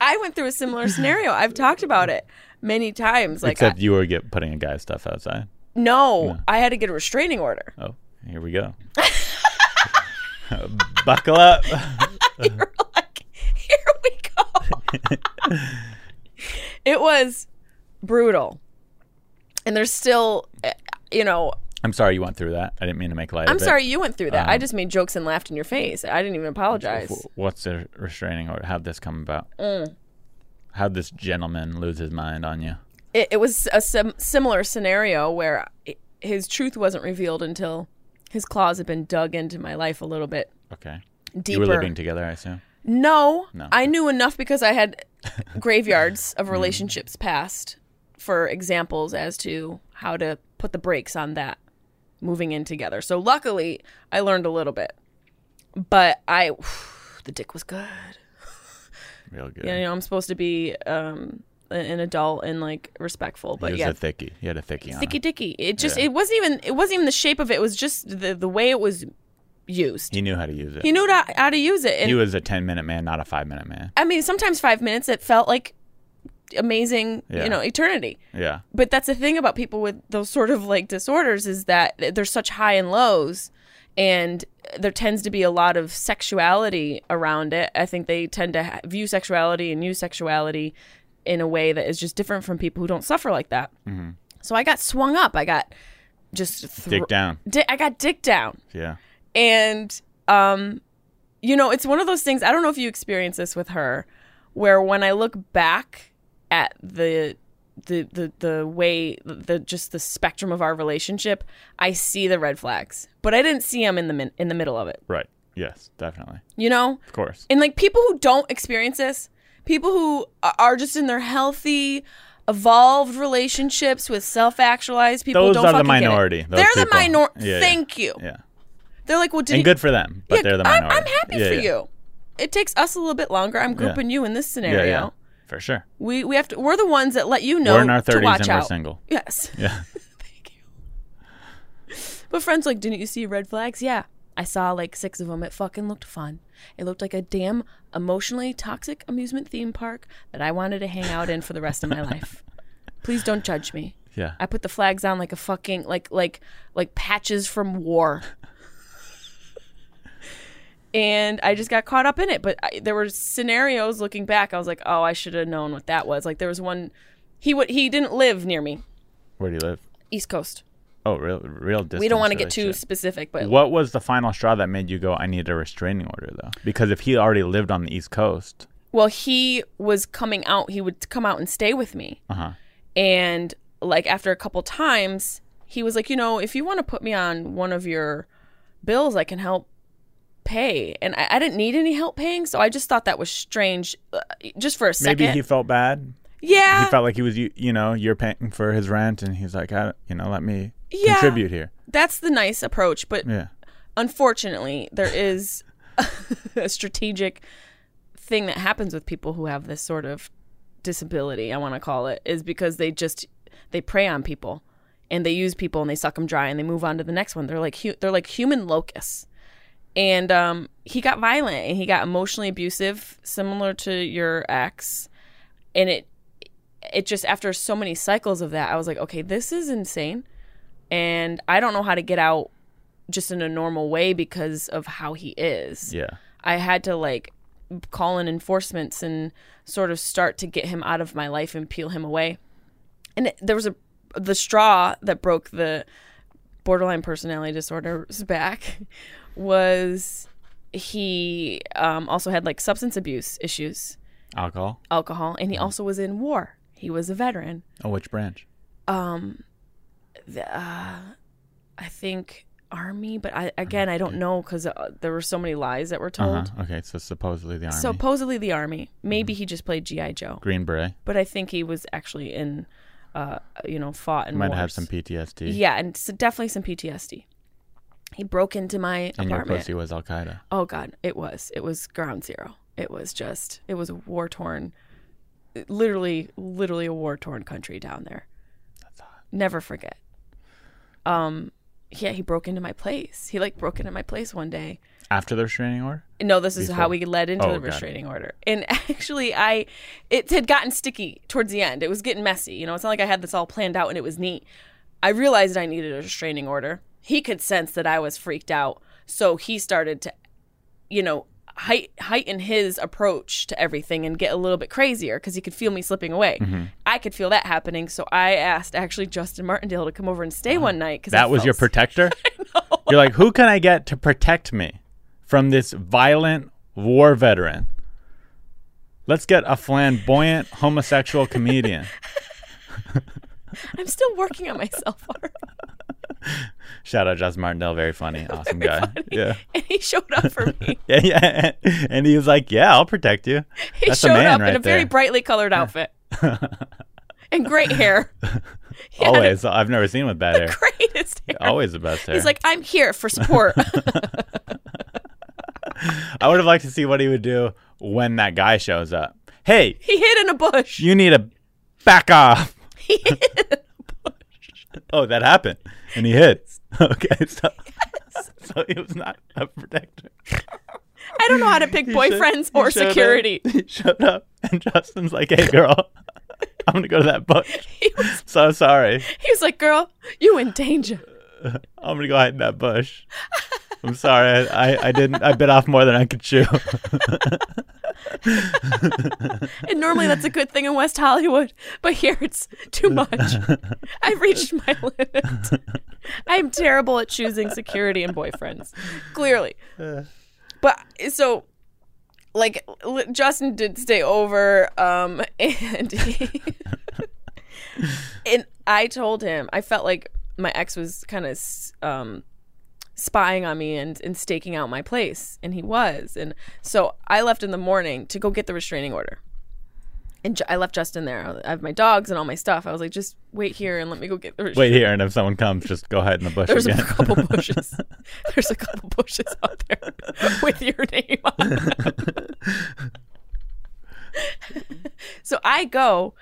S1: I went through a similar scenario. I've talked about it many times. Like,
S2: Except
S1: I-
S2: you were get, putting a guy's stuff outside.
S1: no, I had to get a restraining order.
S2: Oh, here we go. Buckle up.
S1: You're like, here we go. it was brutal, and there's still, eh, you know,
S2: I'm sorry you went through that. I Uh-huh. didn't mean to make light
S1: I'm
S2: of it.
S1: sorry you went through that. I just made jokes and laughed in your face. I didn't even apologize.
S2: Wh- What's the restraining order? How'd this come about?
S1: Mm.
S2: How'd this gentleman lose his mind on you?
S1: it, it was a sim- similar scenario where i his truth wasn't revealed until his claws had been dug into my life a little bit
S2: Okay. You
S1: deeper.
S2: were living together, I assume.
S1: no,
S2: No. Mm.
S1: I knew enough because I had graveyards of relationships past for examples as to how to put the brakes on that moving in together. So luckily, I learned a little bit. But I, the dick was good.
S2: Real good.
S1: You know, I'm supposed to be um, a- an adult and like respectful,
S2: he
S1: but
S2: was
S1: yeah,
S2: a thickie. He had a thickie on.
S1: sticky
S2: him.
S1: dicky. It just it wasn't even it wasn't even the shape of it. It was just the the way it was used.
S2: He knew how to use it.
S1: He knew how, how to use it, and
S2: He was a 10 minute man, not a five minute man.
S1: I mean, sometimes five minutes it felt like amazing,
S2: Yeah.
S1: you know, eternity.
S2: Yeah.
S1: But that's the thing about people with those sort of like disorders is that there's such high and lows and there tends to be a lot of sexuality around it. I think they tend to ha- view sexuality and use sexuality in a way that is just different from people who don't suffer like that. So I got swung up. I got just thr-
S2: Dig down.
S1: Di- I got dick down
S2: Yeah.
S1: and um you know it's one of those things i don't know if you experience this with her where when i look back at the the the, the way the just the spectrum of our relationship i see the red flags but i didn't see them in the min- in the middle of it
S2: Right. Yes. Definitely.
S1: you know
S2: Of course.
S1: and like people who don't experience this, people who a- are just in their healthy, evolved relationships with self-actualized people,
S2: Those
S1: don't
S2: are the
S1: fucking get it.
S2: minority, those
S1: They're the
S2: people.
S1: minority.
S2: Yeah, yeah.
S1: Thank you.
S2: Yeah.
S1: They're like, well, did
S2: and
S1: you-
S2: good for them, but
S1: Yeah,
S2: they're the
S1: I'm-
S2: minority.
S1: I'm, happy
S2: Yeah,
S1: for
S2: yeah.
S1: you. It takes us a little bit longer. I'm grouping you in this
S2: Yeah,
S1: scenario.
S2: yeah. For sure.
S1: We we have to. We're the ones that let you know.
S2: we're in our
S1: to
S2: 30s
S1: watch
S2: and
S1: out.
S2: we're single.
S1: Yes.
S2: Yeah.
S1: But friends like, didn't you see red flags? Yeah. I saw like six of them. It fucking looked fun. It looked like a damn emotionally toxic amusement theme park that I wanted to hang out in for the rest of my life. Please don't judge me.
S2: Yeah.
S1: I put the flags on like a fucking like like like patches from war. and I just got caught up in it, but I, there were scenarios looking back I was like, "Oh, I should have known what that was." Like there was one he would he didn't live near me.
S2: Where do you live?
S1: East Coast.
S2: Oh, real, real distance.
S1: we don't want to get too
S2: relationship.
S1: specific, but
S2: What was the final straw that made you go, I need a restraining order, though? Because if he already lived on the East Coast,
S1: well he was coming out he would come out and stay with me
S2: Uh-huh.
S1: and like after a couple times he was like you know if you want to put me on one of your bills i can help pay and I, I didn't need any help paying so i just thought that was strange uh, just for a second Uh,
S2: maybe he felt bad.
S1: yeah
S2: he felt like he was, you, you know, you're paying for his rent, and he's like, I, you know, let me
S1: Yeah.
S2: contribute here.
S1: that's the nice approach but
S2: Yeah.
S1: unfortunately, there is a strategic thing that happens with people who have this sort of disability, I want to call it, is because they just they prey on people and they use people and they suck them dry and they move on to the next one. They're like hu- they're like human locusts. And um, he got violent and he got emotionally abusive, similar to your ex. And it it just after so many cycles of that, I was like, okay, this is insane, and I don't know how to get out just in a normal way because of how he is.
S2: Yeah.
S1: I had to like call in enforcements and sort of start to get him out of my life and peel him away. And it, there was a the straw that broke the borderline personality disorder's back was he um, also had like substance abuse issues,
S2: Alcohol?
S1: alcohol, and he also was in war. He was a veteran.
S2: Oh, which branch?
S1: Um, the, uh, I think army, but I again I don't know because uh, there were so many lies that were told.
S2: Uh-huh. Okay, so supposedly the Army. Mm-hmm.
S1: Supposedly the army. Maybe he just played GI Joe,
S2: Green Beret.
S1: but I think he was actually in, uh, you know, fought and
S2: Might have had
S1: wars.
S2: some PTSD.
S1: Yeah, and s definitely some PTSD. He broke into my
S2: And your
S1: apartment.
S2: pussy was Al Qaeda.
S1: Oh God, it was. It was ground zero. It was just. It was a war torn, literally, literally a war torn country down there. Never forget. Um, yeah, he broke into my place. He like broke into my place one day.
S2: After the restraining order?
S1: No, this is how
S2: Before.
S1: we led into
S2: Oh,
S1: the
S2: got it.
S1: restraining order. And actually, I it had gotten sticky towards the end. It was getting messy. You know, it's not like I had this all planned out and it was neat. I realized I needed a restraining order. He could sense that I was freaked out, so he started to, you know, height, heighten his approach to everything and get a little bit crazier because he could feel me slipping away.
S2: Mm-hmm.
S1: I could feel that happening, so I asked actually Justin Martindale to come over and stay one night because
S2: That was your protector? You're like, who can I get to protect me from this violent war veteran? Let's get a flamboyant homosexual comedian.
S1: I'm still working on myself. Ari.
S2: Shout out Josh Martindale, very funny, awesome guy. Yeah.
S1: and he showed up for me.
S2: Yeah, yeah. And he was like, "Yeah, I'll protect you."
S1: He
S2: That's a
S1: showed
S2: man
S1: up
S2: right
S1: in a very
S2: there.
S1: brightly colored outfit and great hair. He had
S2: Always. I've never seen him with bad hair.
S1: the greatest hair.
S2: Always the best hair.
S1: He's like, I'm here for support.
S2: I would have liked to see what he would do when that guy shows up. Hey,
S1: he hid in a bush.
S2: you need to back off. oh, that happened, and he hit. Okay, so so he was not a protector.
S1: I don't know how to pick
S2: He sho-
S1: boyfriends
S2: he
S1: or
S2: showed up-
S1: security.
S2: he showed up, and Justin's like, "Hey, girl, I'm gonna go to that bush.
S1: He was,
S2: So sorry.
S1: he was like, "Girl, you in danger."
S2: I'm gonna go hide in that bush. I'm sorry. I, I, I didn't. I bit off more than I could chew.
S1: And normally that's a good thing in West Hollywood, but here it's too much. I've reached my limit. I'm terrible at choosing security and boyfriends, clearly. But so, like, l- Justin did stay over, um, and he, and I told him I felt like my ex was kind of um, spying on me and, and staking out my place, and he was, and so I left in the morning to go get the restraining order and Ju- I left Justin there. I have my dogs and all my stuff. I was like, just wait here and let me go get the.
S2: Wait here, and if someone comes, just go hide in the bush
S1: There's a
S2: again.
S1: couple bushes. There's a couple bushes out there with your name on. them. so I go,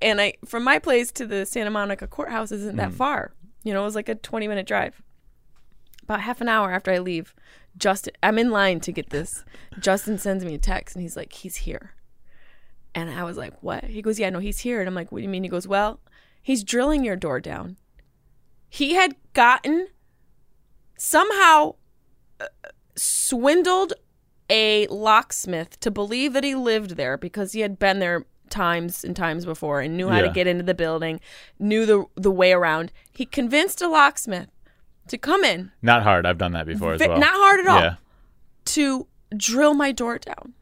S1: and I from my place to the Santa Monica courthouse isn't that far. You know, it was like a 20 minute drive. About half an hour after I leave, Justin, I'm in line to get this. Justin sends me a text, and he's like, "He's here." And I was like, what? He goes, yeah, no, he's here. And I'm like, what do you mean? He goes, well, he's drilling your door down. He had gotten somehow uh, swindled a locksmith to believe that he lived there because he had been there times and times before and knew how to
S2: Yeah.
S1: get into the building, knew the the way around. He convinced a locksmith to come in,
S2: Not hard. I've done that before as
S1: Ve-
S2: well.
S1: not hard at all,
S2: Yeah.
S1: to drill my door down.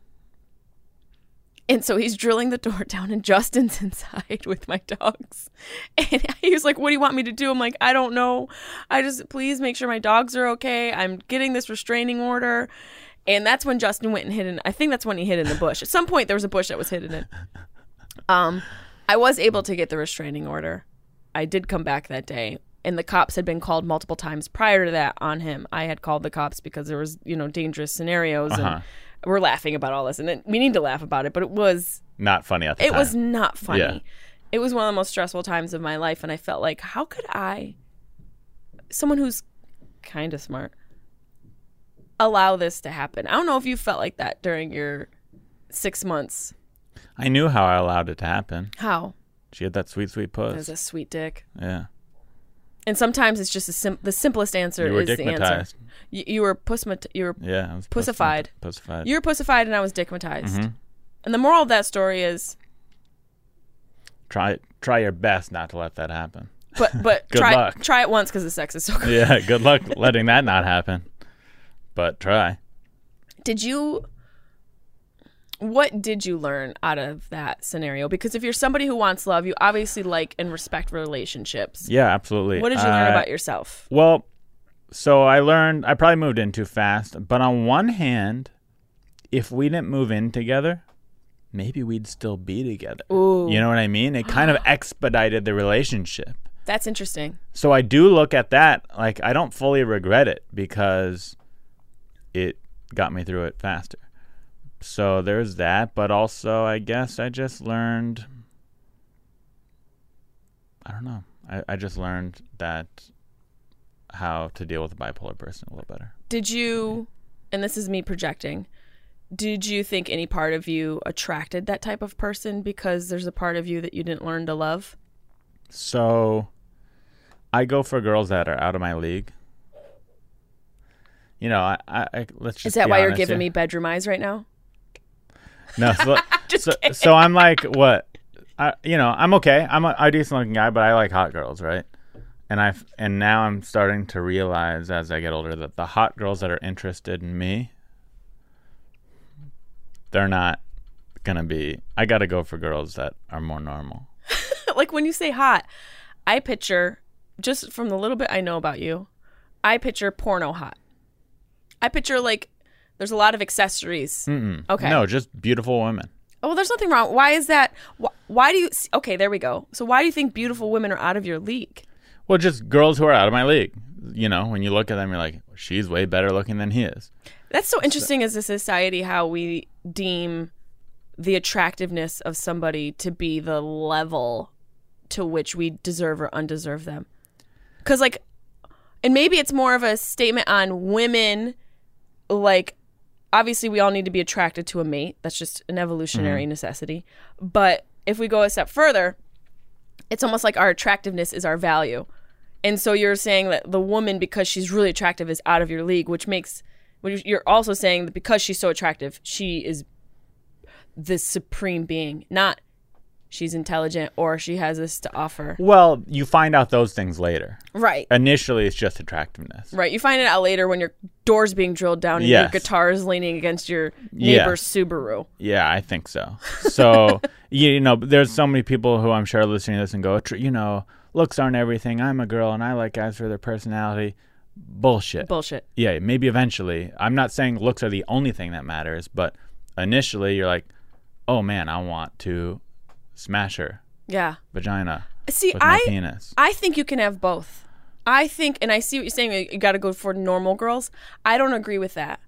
S1: And so he's drilling the door down, and Justin's inside with my dogs. And he was like, What do you want me to do? I'm like, I don't know. I just, please make sure my dogs are okay. I'm getting this restraining order. And that's when Justin went and hid in. I think that's when he hid in the bush. At some point, there was a bush that was hidden in. Um, I was able to get the restraining order. I did come back that day, and the cops had been called multiple times prior to that on him. I had called the cops because there was, you know, dangerous scenarios,
S2: Uh-huh.
S1: and we're laughing about all this, and it, we need to laugh about it. But it was,
S2: Not funny at the
S1: it
S2: time.
S1: was not funny.
S2: Uh, Yeah.
S1: It was one of the most stressful times of my life, and I felt like, how could I, someone who's kind of smart, allow this to happen? I don't know if you felt like that during your six months.
S2: I knew how I allowed it to happen.
S1: How?
S2: She had that sweet, sweet
S1: As
S2: puss.
S1: a sweet dick.
S2: yeah.
S1: And sometimes it's just a sim- the simplest answer
S2: You were
S1: is the answer.
S2: dickmatized.
S1: You, you were pussmat- you were
S2: Yeah. I was
S1: Pussified.
S2: Pussified.
S1: you were pussified and I was dickmatized.
S2: Mm-hmm.
S1: And the moral of that story is,
S2: try try your best not to let that happen.
S1: but but
S2: Good
S1: try
S2: luck.
S1: try it once because the sex is so good.
S2: Yeah. Good luck letting that not happen. But try.
S1: Did you? What did you learn out of that scenario? Because if you're somebody who wants love, you obviously like and respect relationships.
S2: Yeah. Absolutely.
S1: What did you learn
S2: I-
S1: about yourself?
S2: Well, so I learned I probably moved in too fast, but on one hand, if we didn't move in together, maybe we'd still be together.
S1: Ooh,
S2: You know what I mean? It kind of expedited the relationship.
S1: that's interesting.
S2: So I do look at that like I don't fully regret it because it got me through it faster. So there's that, but also I guess I just learned I don't know. I, I just learned that how to deal with a bipolar person a little better.
S1: Did you? And this is me projecting. Did you think any part of you attracted that type of person because there's a part of you that you didn't learn to love?
S2: So I go for girls that are out of my league. You know, I, I, I let's just
S1: Is that
S2: be
S1: why you're
S2: honest
S1: giving
S2: here.
S1: me bedroom eyes right now?
S2: No, so, so, so I'm like, what? I, you know, I'm okay. I'm a, I'm a decent looking guy, but I like hot girls, right? And I have and now I'm starting to realize as I get older that the hot girls that are interested in me, they're not gonna be. I gotta go for girls that are more normal.
S1: like when you say hot, I picture just from the little bit I know about you, I picture porno hot. I picture like there's a lot of accessories.
S2: Mm-mm.
S1: Okay.
S2: No, just beautiful women.
S1: Oh, well, there's nothing wrong. Why is that? Why, why do you? Okay, there we go. So why do you think beautiful women are out of your league?
S2: Well, just girls who are out of my league. You know, when you look at them, you're like, she's way better looking than he is.
S1: That's so interesting as a society how we deem the attractiveness of somebody to be the level to which we deserve or undeserve them. Cuz like and maybe it's more of a statement on women like obviously we all need to be attracted to a mate. That's just an evolutionary necessity. But if we go a step further, it's almost like our attractiveness is our value. And so you're saying that the woman, because she's really attractive, is out of your league, which makes, which you're also saying that because she's so attractive, she is the supreme being, not she's intelligent or she has this to offer.
S2: Well, you find out those things later.
S1: Right.
S2: Initially, it's just attractiveness.
S1: Right. You find it out later when your door's being drilled down and
S2: Yes.
S1: your guitar is leaning against your
S2: Yes.
S1: neighbor's Subaru.
S2: Yeah, I think so. So, you know, there's so many people who I'm sure are listening to this and go, "Tr- you know, looks aren't everything. I'm a girl and I like guys for their personality. Bullshit.
S1: Bullshit.
S2: yeah, maybe eventually. I'm not saying looks are the only thing that matters, but initially you're like, oh man, I want to smash her
S1: Yeah.
S2: vagina
S1: See,
S2: with my
S1: I
S2: penis.
S1: I think you can have both. I think, and I see what you're saying. You got to go for normal girls. I don't agree with that.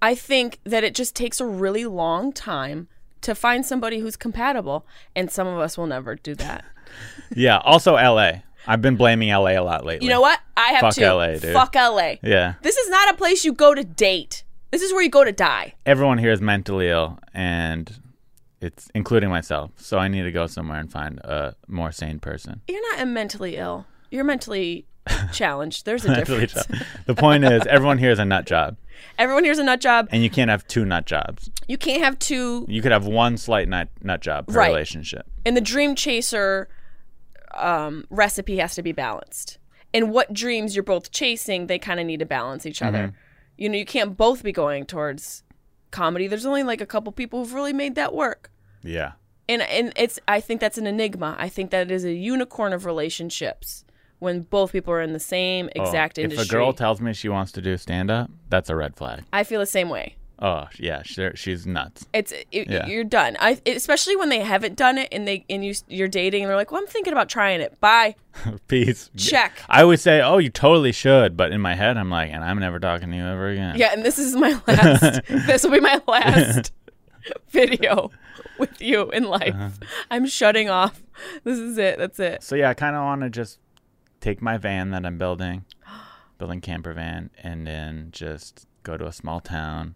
S1: I think that it just takes a really long time to find somebody who's compatible, and some of us will never do that.
S2: yeah. Also, L.A. I've been blaming L.A. a lot lately.
S1: You know what? I have
S2: Fuck
S1: to
S2: LA, dude.
S1: fuck LA.
S2: Yeah.
S1: This is not a place you go to date. This is where you go to die.
S2: Everyone here is mentally ill, and it's including myself. So I need to go somewhere and find a more sane person.
S1: You're not mentally ill. You're mentally challenged. There's a
S2: Mentally
S1: difference.
S2: ill. the point is, everyone here is a nut job,
S1: Everyone here's a nut job.
S2: and you can't have two nut jobs.
S1: You can't have two
S2: You could have one slight nut nut job per
S1: Right.
S2: relationship.
S1: and the dream chaser um, recipe has to be balanced and what dreams you're both chasing they kind of need to balance each other
S2: Mm-hmm.
S1: you know you can't both be going towards comedy there's only like a couple people who've really made that work
S2: Yeah.
S1: and and it's i think that's an enigma i think that it is a unicorn of relationships when both people are in the same
S2: Oh,
S1: exact industry
S2: If a girl tells me she wants to do stand up, that's a red flag.
S1: I feel the same way
S2: Oh yeah, she, she's nuts.
S1: it's it,
S2: Yeah.
S1: you're done i especially when they haven't done it and they and you you're dating and they're like well i'm thinking about trying it bye
S2: Peace.
S1: Check.
S2: I always say, oh, you totally should, but in my head, I'm like, and I'm never talking to you ever again.
S1: Yeah, and this is my last. this will be my last video with you in life.
S2: Uh-huh.
S1: I'm shutting off. This is it. That's it.
S2: So yeah, I kind of want to just take my van that I'm building, building camper van, and then just go to a small town.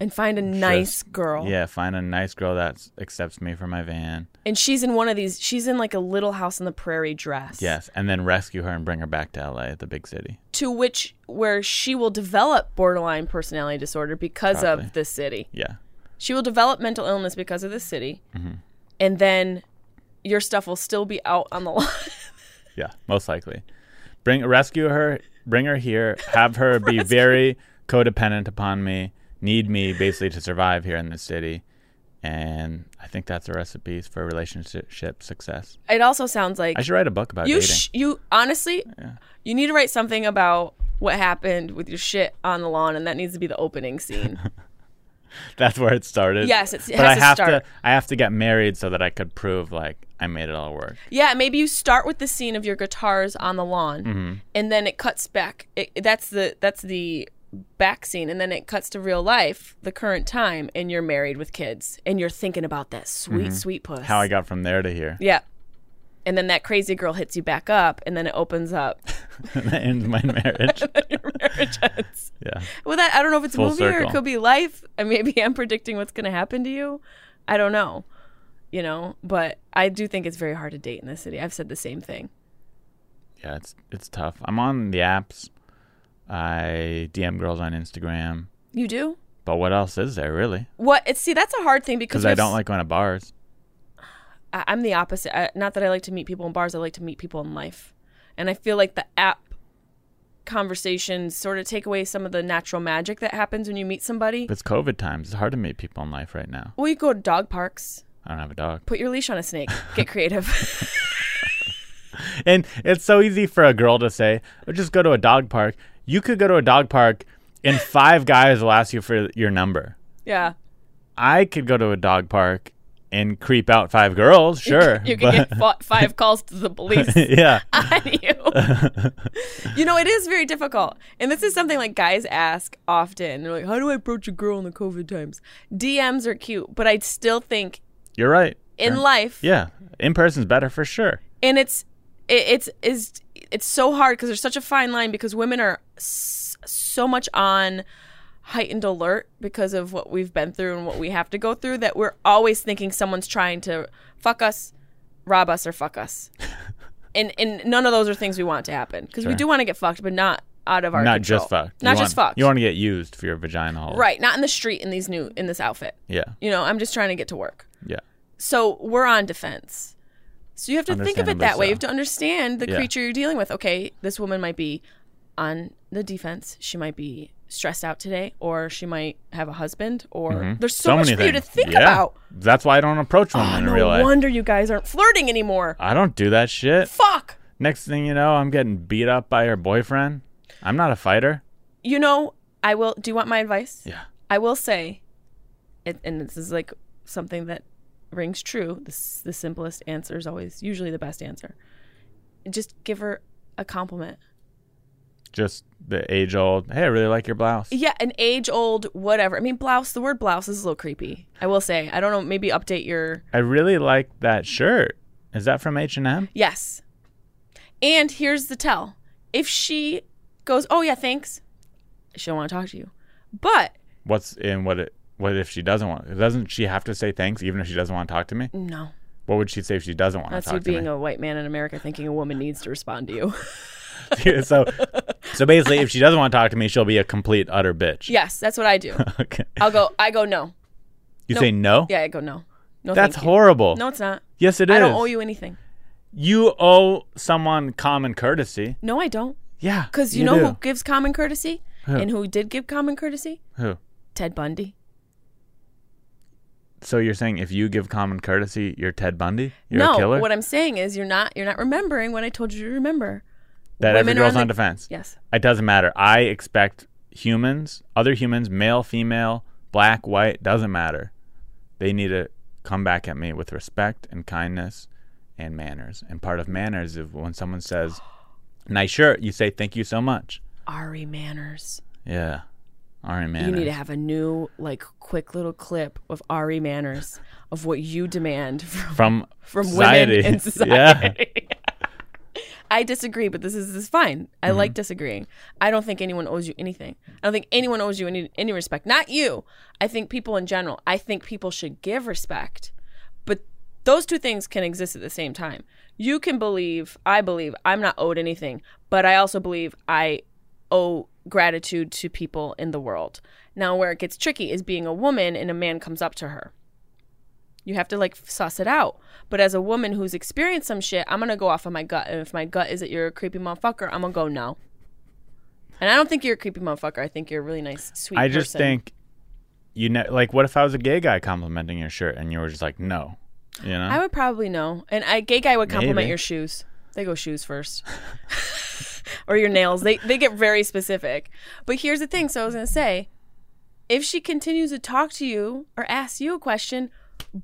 S1: And find a nice girl.
S2: Yeah, find a nice girl that accepts me for my van.
S1: And she's in one of these. She's in like a little house on the prairie dress.
S2: Yes, and then rescue her and bring her back to LA, the big city.
S1: To which where she will develop borderline personality disorder because
S2: Probably.
S1: of the city.
S2: Yeah.
S1: She will develop mental illness because of the city.
S2: Mm-hmm.
S1: And then your stuff will still be out on the line.
S2: Yeah, most likely. Bring rescue her, bring her here, have her be very codependent upon me, need me basically to survive here in the city. And I think that's a recipe for relationship success.
S1: It also sounds like
S2: I should write a book about
S1: you
S2: dating.
S1: sh- you honestly you need to write something about what happened with your shit on the lawn and that needs to be the opening scene
S2: that's where it started.
S1: Yes, it's- it
S2: but
S1: has
S2: I
S1: to
S2: have
S1: start.
S2: to I have to get married so that I could prove like I made it all work.
S1: yeah maybe you start with the scene of your guitars on the lawn
S2: Mm-hmm.
S1: and then it cuts back it, that's the that's the back scene and then it cuts to real life the current time and you're married with kids and you're thinking about that sweet sweet puss
S2: Mm-hmm. How I got from there to here.
S1: yeah and then that crazy girl hits you back up and then it opens up
S2: that ends my marriage.
S1: your marriage ends
S2: Yeah.
S1: Well, that I don't know if it's
S2: Full
S1: a movie or
S2: circle.
S1: it could be life. And maybe I'm predicting what's going to happen to you. I don't know. You know, but I do think it's very hard to date in the city. I've said the same thing.
S2: Yeah, it's it's tough. I'm on the apps. I DM girls on Instagram.
S1: You do?
S2: But what else is there really?
S1: What? It's see, that's a hard thing because
S2: Because I
S1: we've-
S2: don't like going to bars.
S1: I, I'm the opposite. I, not that I like to meet people in bars. I like to meet people in life, and I feel like the app conversations sort of take away some of the natural magic that happens when you meet somebody.
S2: It's COVID times. It's hard to meet people in life right now.
S1: well, you go to dog parks.
S2: I don't have a dog.
S1: Put your leash on a snake. Get creative.
S2: And it's so easy for a girl to say, oh, just go to a dog park. You could go to a dog park and five guys will ask you for your number.
S1: yeah.
S2: I could go to a dog park and creep out five girls, sure.
S1: You Ah. can get fi- five calls to the police.
S2: yeah.
S1: on you. you know, it is very difficult. And this is something like guys ask often. They're like, how do I approach a girl in the COVID times? DMs are cute, but I still think
S2: You're right.
S1: in life,
S2: Yeah. In person's better for sure.
S1: and it's, it, it's, is it's so hard because there's such a fine line because women are s- so much on heightened alert because of what we've been through and what we have to go through that we're always thinking someone's trying to fuck us, rob us, or fuck us. and and none of those are things we want to happen because we
S2: Sure.
S1: do want to get fucked, but not out of our
S2: Not
S1: control.
S2: just fucked. You
S1: Not just
S2: want-
S1: fucked.
S2: You want to get used for your vagina hole.
S1: right? Not in the street in these new in this outfit.
S2: Yeah.
S1: You know, I'm just trying to get to work.
S2: Yeah.
S1: So we're on defense. So you have to think of it
S2: Understandably
S1: that way.
S2: so.
S1: You have to understand the
S2: Yeah.
S1: creature you're dealing with. Okay, this woman might be on the defense. She might be stressed out today, or she might have a husband, or there's so, much
S2: Mm-hmm. many
S1: for you to
S2: things.
S1: think
S2: yeah.
S1: about.
S2: That's why I don't approach women
S1: Oh,
S2: in
S1: no
S2: real life.
S1: wonder you guys aren't flirting anymore.
S2: I don't do that shit.
S1: Fuck.
S2: Next thing you know, I'm getting beat up by her boyfriend. I'm not a fighter.
S1: You know, I will. Do you want my advice?
S2: Yeah.
S1: I will say, it, and this is like something that rings true. This the simplest answer is always usually the best answer. Just give her a compliment.
S2: Just the age old, hey, I really like your blouse.
S1: Yeah, an age old whatever. I mean, blouse. The word blouse is a little creepy. I will say. I don't know. Maybe update your
S2: I really like that shirt. Is that from H&M?
S1: yes. And here's the tell: if she goes, oh yeah, thanks, she don't want to talk to you. But
S2: What's in what it what if she doesn't want? Doesn't she have to say thanks even if she doesn't want to talk to me?
S1: no,
S2: What would she say if she doesn't want
S1: that's
S2: to
S1: you
S2: talk to me?
S1: being a white man in America thinking a woman needs to respond to you.
S2: so so basically if she doesn't want to talk to me she'll be a complete utter bitch
S1: yes, that's what I do.
S2: okay
S1: I'll go. I go Uh, no.
S2: you say no
S1: Yeah, I go no. No,
S2: Oh. that's
S1: thank you.
S2: horrible
S1: No, it's not.
S2: yes it is
S1: I don't owe you anything.
S2: You owe someone common courtesy
S1: No, I don't.
S2: yeah
S1: Because you, know
S2: do.
S1: who gives common courtesy and who did give common courtesy?
S2: who
S1: Ted Bundy.
S2: so you're saying if you give common courtesy you're ted bundy you're
S1: no,
S2: a killer
S1: what I'm saying is you're not you're not remembering what I told you to remember.
S2: that every
S1: women are
S2: girl's
S1: on
S2: on
S1: the-
S2: defense
S1: Yes.
S2: it doesn't matter i expect humans other humans male female black white doesn't matter they need to come back at me with respect and kindness and manners and part of manners is when someone says nice shirt you say thank you so much
S1: Ari Manners.
S2: yeah all right
S1: You
S2: manners
S1: need to have a new, like, quick little clip of Ari Manners of what you demand from,
S2: from
S1: from
S2: society.
S1: women in
S2: yeah
S1: society. I disagree, but this is, this is fine. I
S2: Mm-hmm.
S1: like disagreeing. I don't think anyone owes you anything. I don't think anyone owes you any any respect. Not you. I think people in general. I think people should give respect. But those two things can exist at the same time. You can believe, I believe I'm not owed anything, but I also believe I owe gratitude to people in the world. Now where it gets tricky is being a woman and a man comes up to her. You have to like suss it out. But as a woman who's experienced some shit, I'm gonna go off of my gut. And if my gut is that you're a creepy motherfucker, I'm gonna go no. And I don't think you're a creepy motherfucker. I think you're a really nice, sweet.
S2: i just
S1: person.
S2: think you know like what if i was a gay guy complimenting your shirt and you were just like no you know
S1: I would probably know. And I gay guy would compliment
S2: Maybe.
S1: your shoes. They go shoes first. or your nails. They they get very specific. But here's the thing, so I was gonna say, if she continues to talk to you or ask you a question,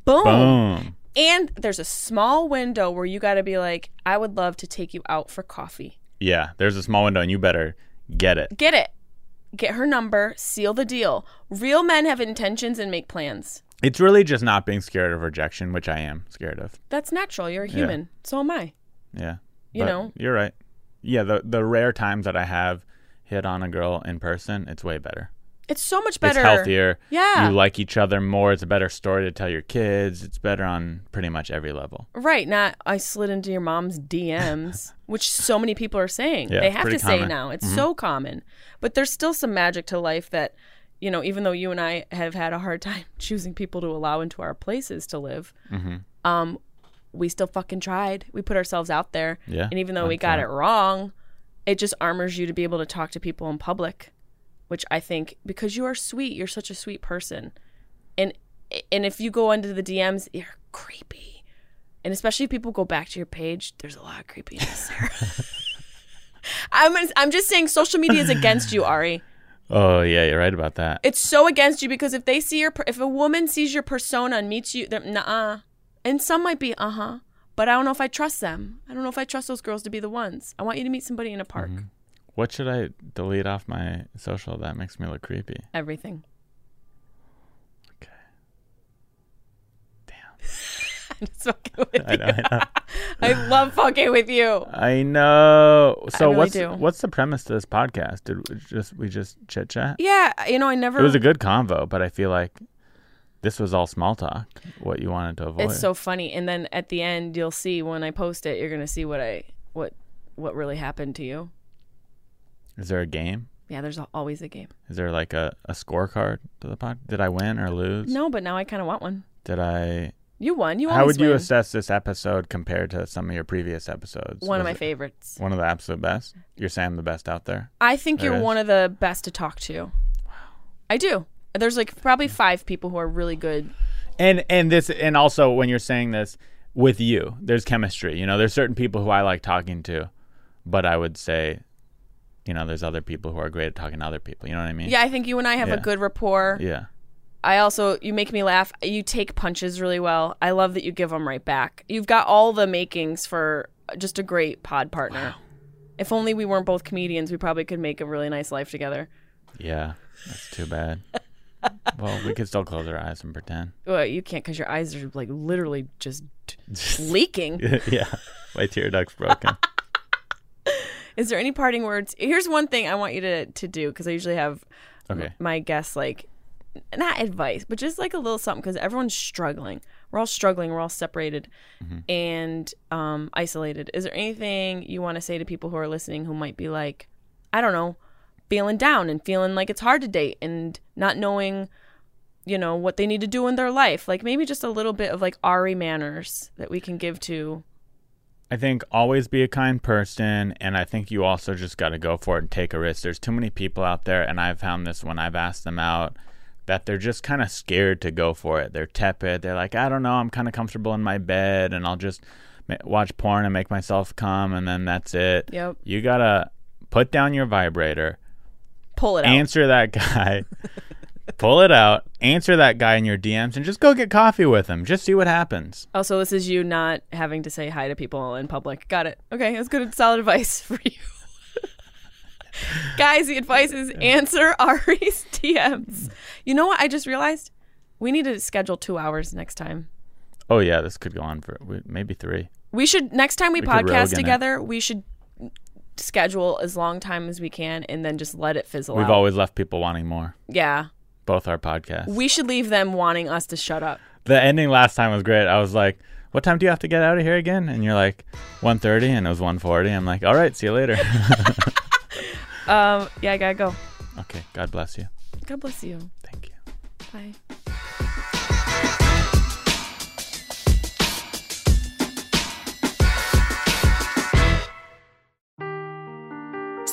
S2: boom
S1: And there's a small window where you got to be like, I would love to take you out for coffee.
S2: yeah there's a small window and you better get it
S1: Get it. Get her number, seal the deal. Real men have intentions and make plans.
S2: It's really just not being scared of rejection, which I am scared of.
S1: That's natural. You're a human. So am I.
S2: Yeah.
S1: You know.
S2: You're right. Yeah, the the rare times that I have hit on a girl in person, it's way better.
S1: It's so much better.
S2: It's healthier.
S1: Yeah.
S2: You like each other more. It's a better story to tell your kids. It's better on pretty much every level.
S1: Right. Not, I slid into your mom's DMs, which so many people are saying.
S2: Yeah,
S1: they
S2: it's
S1: have to
S2: pretty
S1: say
S2: common. Mm-hmm.
S1: now. It's so common. But there's still some magic to life that, you know, even though you and I have had a hard time choosing people to allow into our places to live,
S2: Mm-hmm.
S1: um, we still fucking tried. We put ourselves out there.
S2: Yeah,
S1: And even though we
S2: that's
S1: got
S2: right.
S1: it wrong, it just armors you to be able to talk to people in public, which I think because you are sweet, you're such a sweet person. And and if you go into the DMs, you're creepy. And especially if people go back to your page, there's a lot of creepiness there. I'm I'm just saying social media is against you, Ari.
S2: Oh yeah, you're right about that.
S1: It's so against you because if they see your per- if a woman sees your persona and meets you, they're nah. And some might be uh huh, but I don't know if I trust them. I don't know if I trust those girls to be the ones. I want you to meet somebody in a park.
S2: Mm-hmm. what should I delete off my social that makes me look creepy?
S1: Everything.
S2: Okay.
S1: I'm just fucking with
S2: I know, I know.
S1: I love fucking with you.
S2: I know. So
S1: really
S2: what's
S1: do.
S2: what's the premise to this podcast? Did we just we just chit chat?
S1: Yeah, you know, I never.
S2: It was a good convo, but I feel like this was all small talk. What you wanted to avoid.
S1: It's so funny. And then at the end, you'll see when I post it, you're gonna see what I what what really happened to you.
S2: Is there a game?
S1: Yeah, there's al- always a game.
S2: Is there like a, a scorecard to the pod? Did I win or lose?
S1: No, but now I kind of want one.
S2: Did I?
S1: You won. You
S2: How
S1: always
S2: would you
S1: win.
S2: assess this episode compared to some of your previous episodes?
S1: one of my
S2: Was it
S1: favorites.
S2: One of the absolute best. You're saying the best out there.
S1: I think
S2: There
S1: you're
S2: is.
S1: one of the best to talk to. I do. There's like probably five people who are really good.
S2: and and this and also when you're saying this with you there's chemistry you know there's certain people who i like talking to but i would say you know there's other people who are great at talking to other people you know what i mean
S1: Yeah, I think you and I have
S2: Yeah.
S1: a good rapport.
S2: yeah
S1: I also you make me laugh. You take punches really well. I love that you give them right back. You've got all the makings for just a great pod partner. If only we weren't both comedians, we probably could make a really nice life together.
S2: yeah that's too bad well we could still close our eyes and pretend
S1: Well, you can't because your eyes are like literally just leaking.
S2: yeah my tear duct's broken
S1: Is there any parting words? Here's one thing I want you to to do because I usually have
S2: okay
S1: my guests like not advice, but just like a little something because everyone's struggling. We're all struggling. We're all separated and um, isolated. Is there anything you want to say to people who are listening who might be like, I don't know, feeling down and feeling like it's hard to date and not knowing, you know, what they need to do in their life? Like maybe just a little bit of like Ari manners that we can give to.
S2: I think always be a kind person, and I think you also just got to go for it and take a risk. There's too many people out there, and I've found this when I've asked them out that they're just kind of scared to go for it. They're tepid. They're like, I don't know, I'm kind of comfortable in my bed, and I'll just ma- watch porn and make myself come, and then that's it.
S1: Yep.
S2: You gotta put down your vibrator,
S1: Pull it out.
S2: answer that guy. Pull it out, answer that guy in your DMs, and just go get coffee with him. Just see what happens.
S1: also, this is you not having to say hi to people in public. Got it. Okay, that's good, solid advice for you. Guys, the advice is answer Ari's DMs. You know what? I just realized we need to schedule two hours next time.
S2: Oh, yeah, this could go on for maybe three.
S1: We should next time we,
S2: We could rogue in
S1: podcast
S2: it.
S1: together. We should schedule as long time as we can, and then just let it fizzle
S2: We've
S1: out.
S2: always left people wanting more.
S1: yeah,
S2: Both our podcasts.
S1: we should leave them wanting us to shut up.
S2: the ending last time was great. I was like, "What time do you have to get out of here again?" And you're like, "1.30," and it was 1.40. I'm like, "All right, see you later."
S1: Um, yeah, I gotta go.
S2: okay, God bless you.
S1: God bless you.
S2: Thank you.
S1: Bye.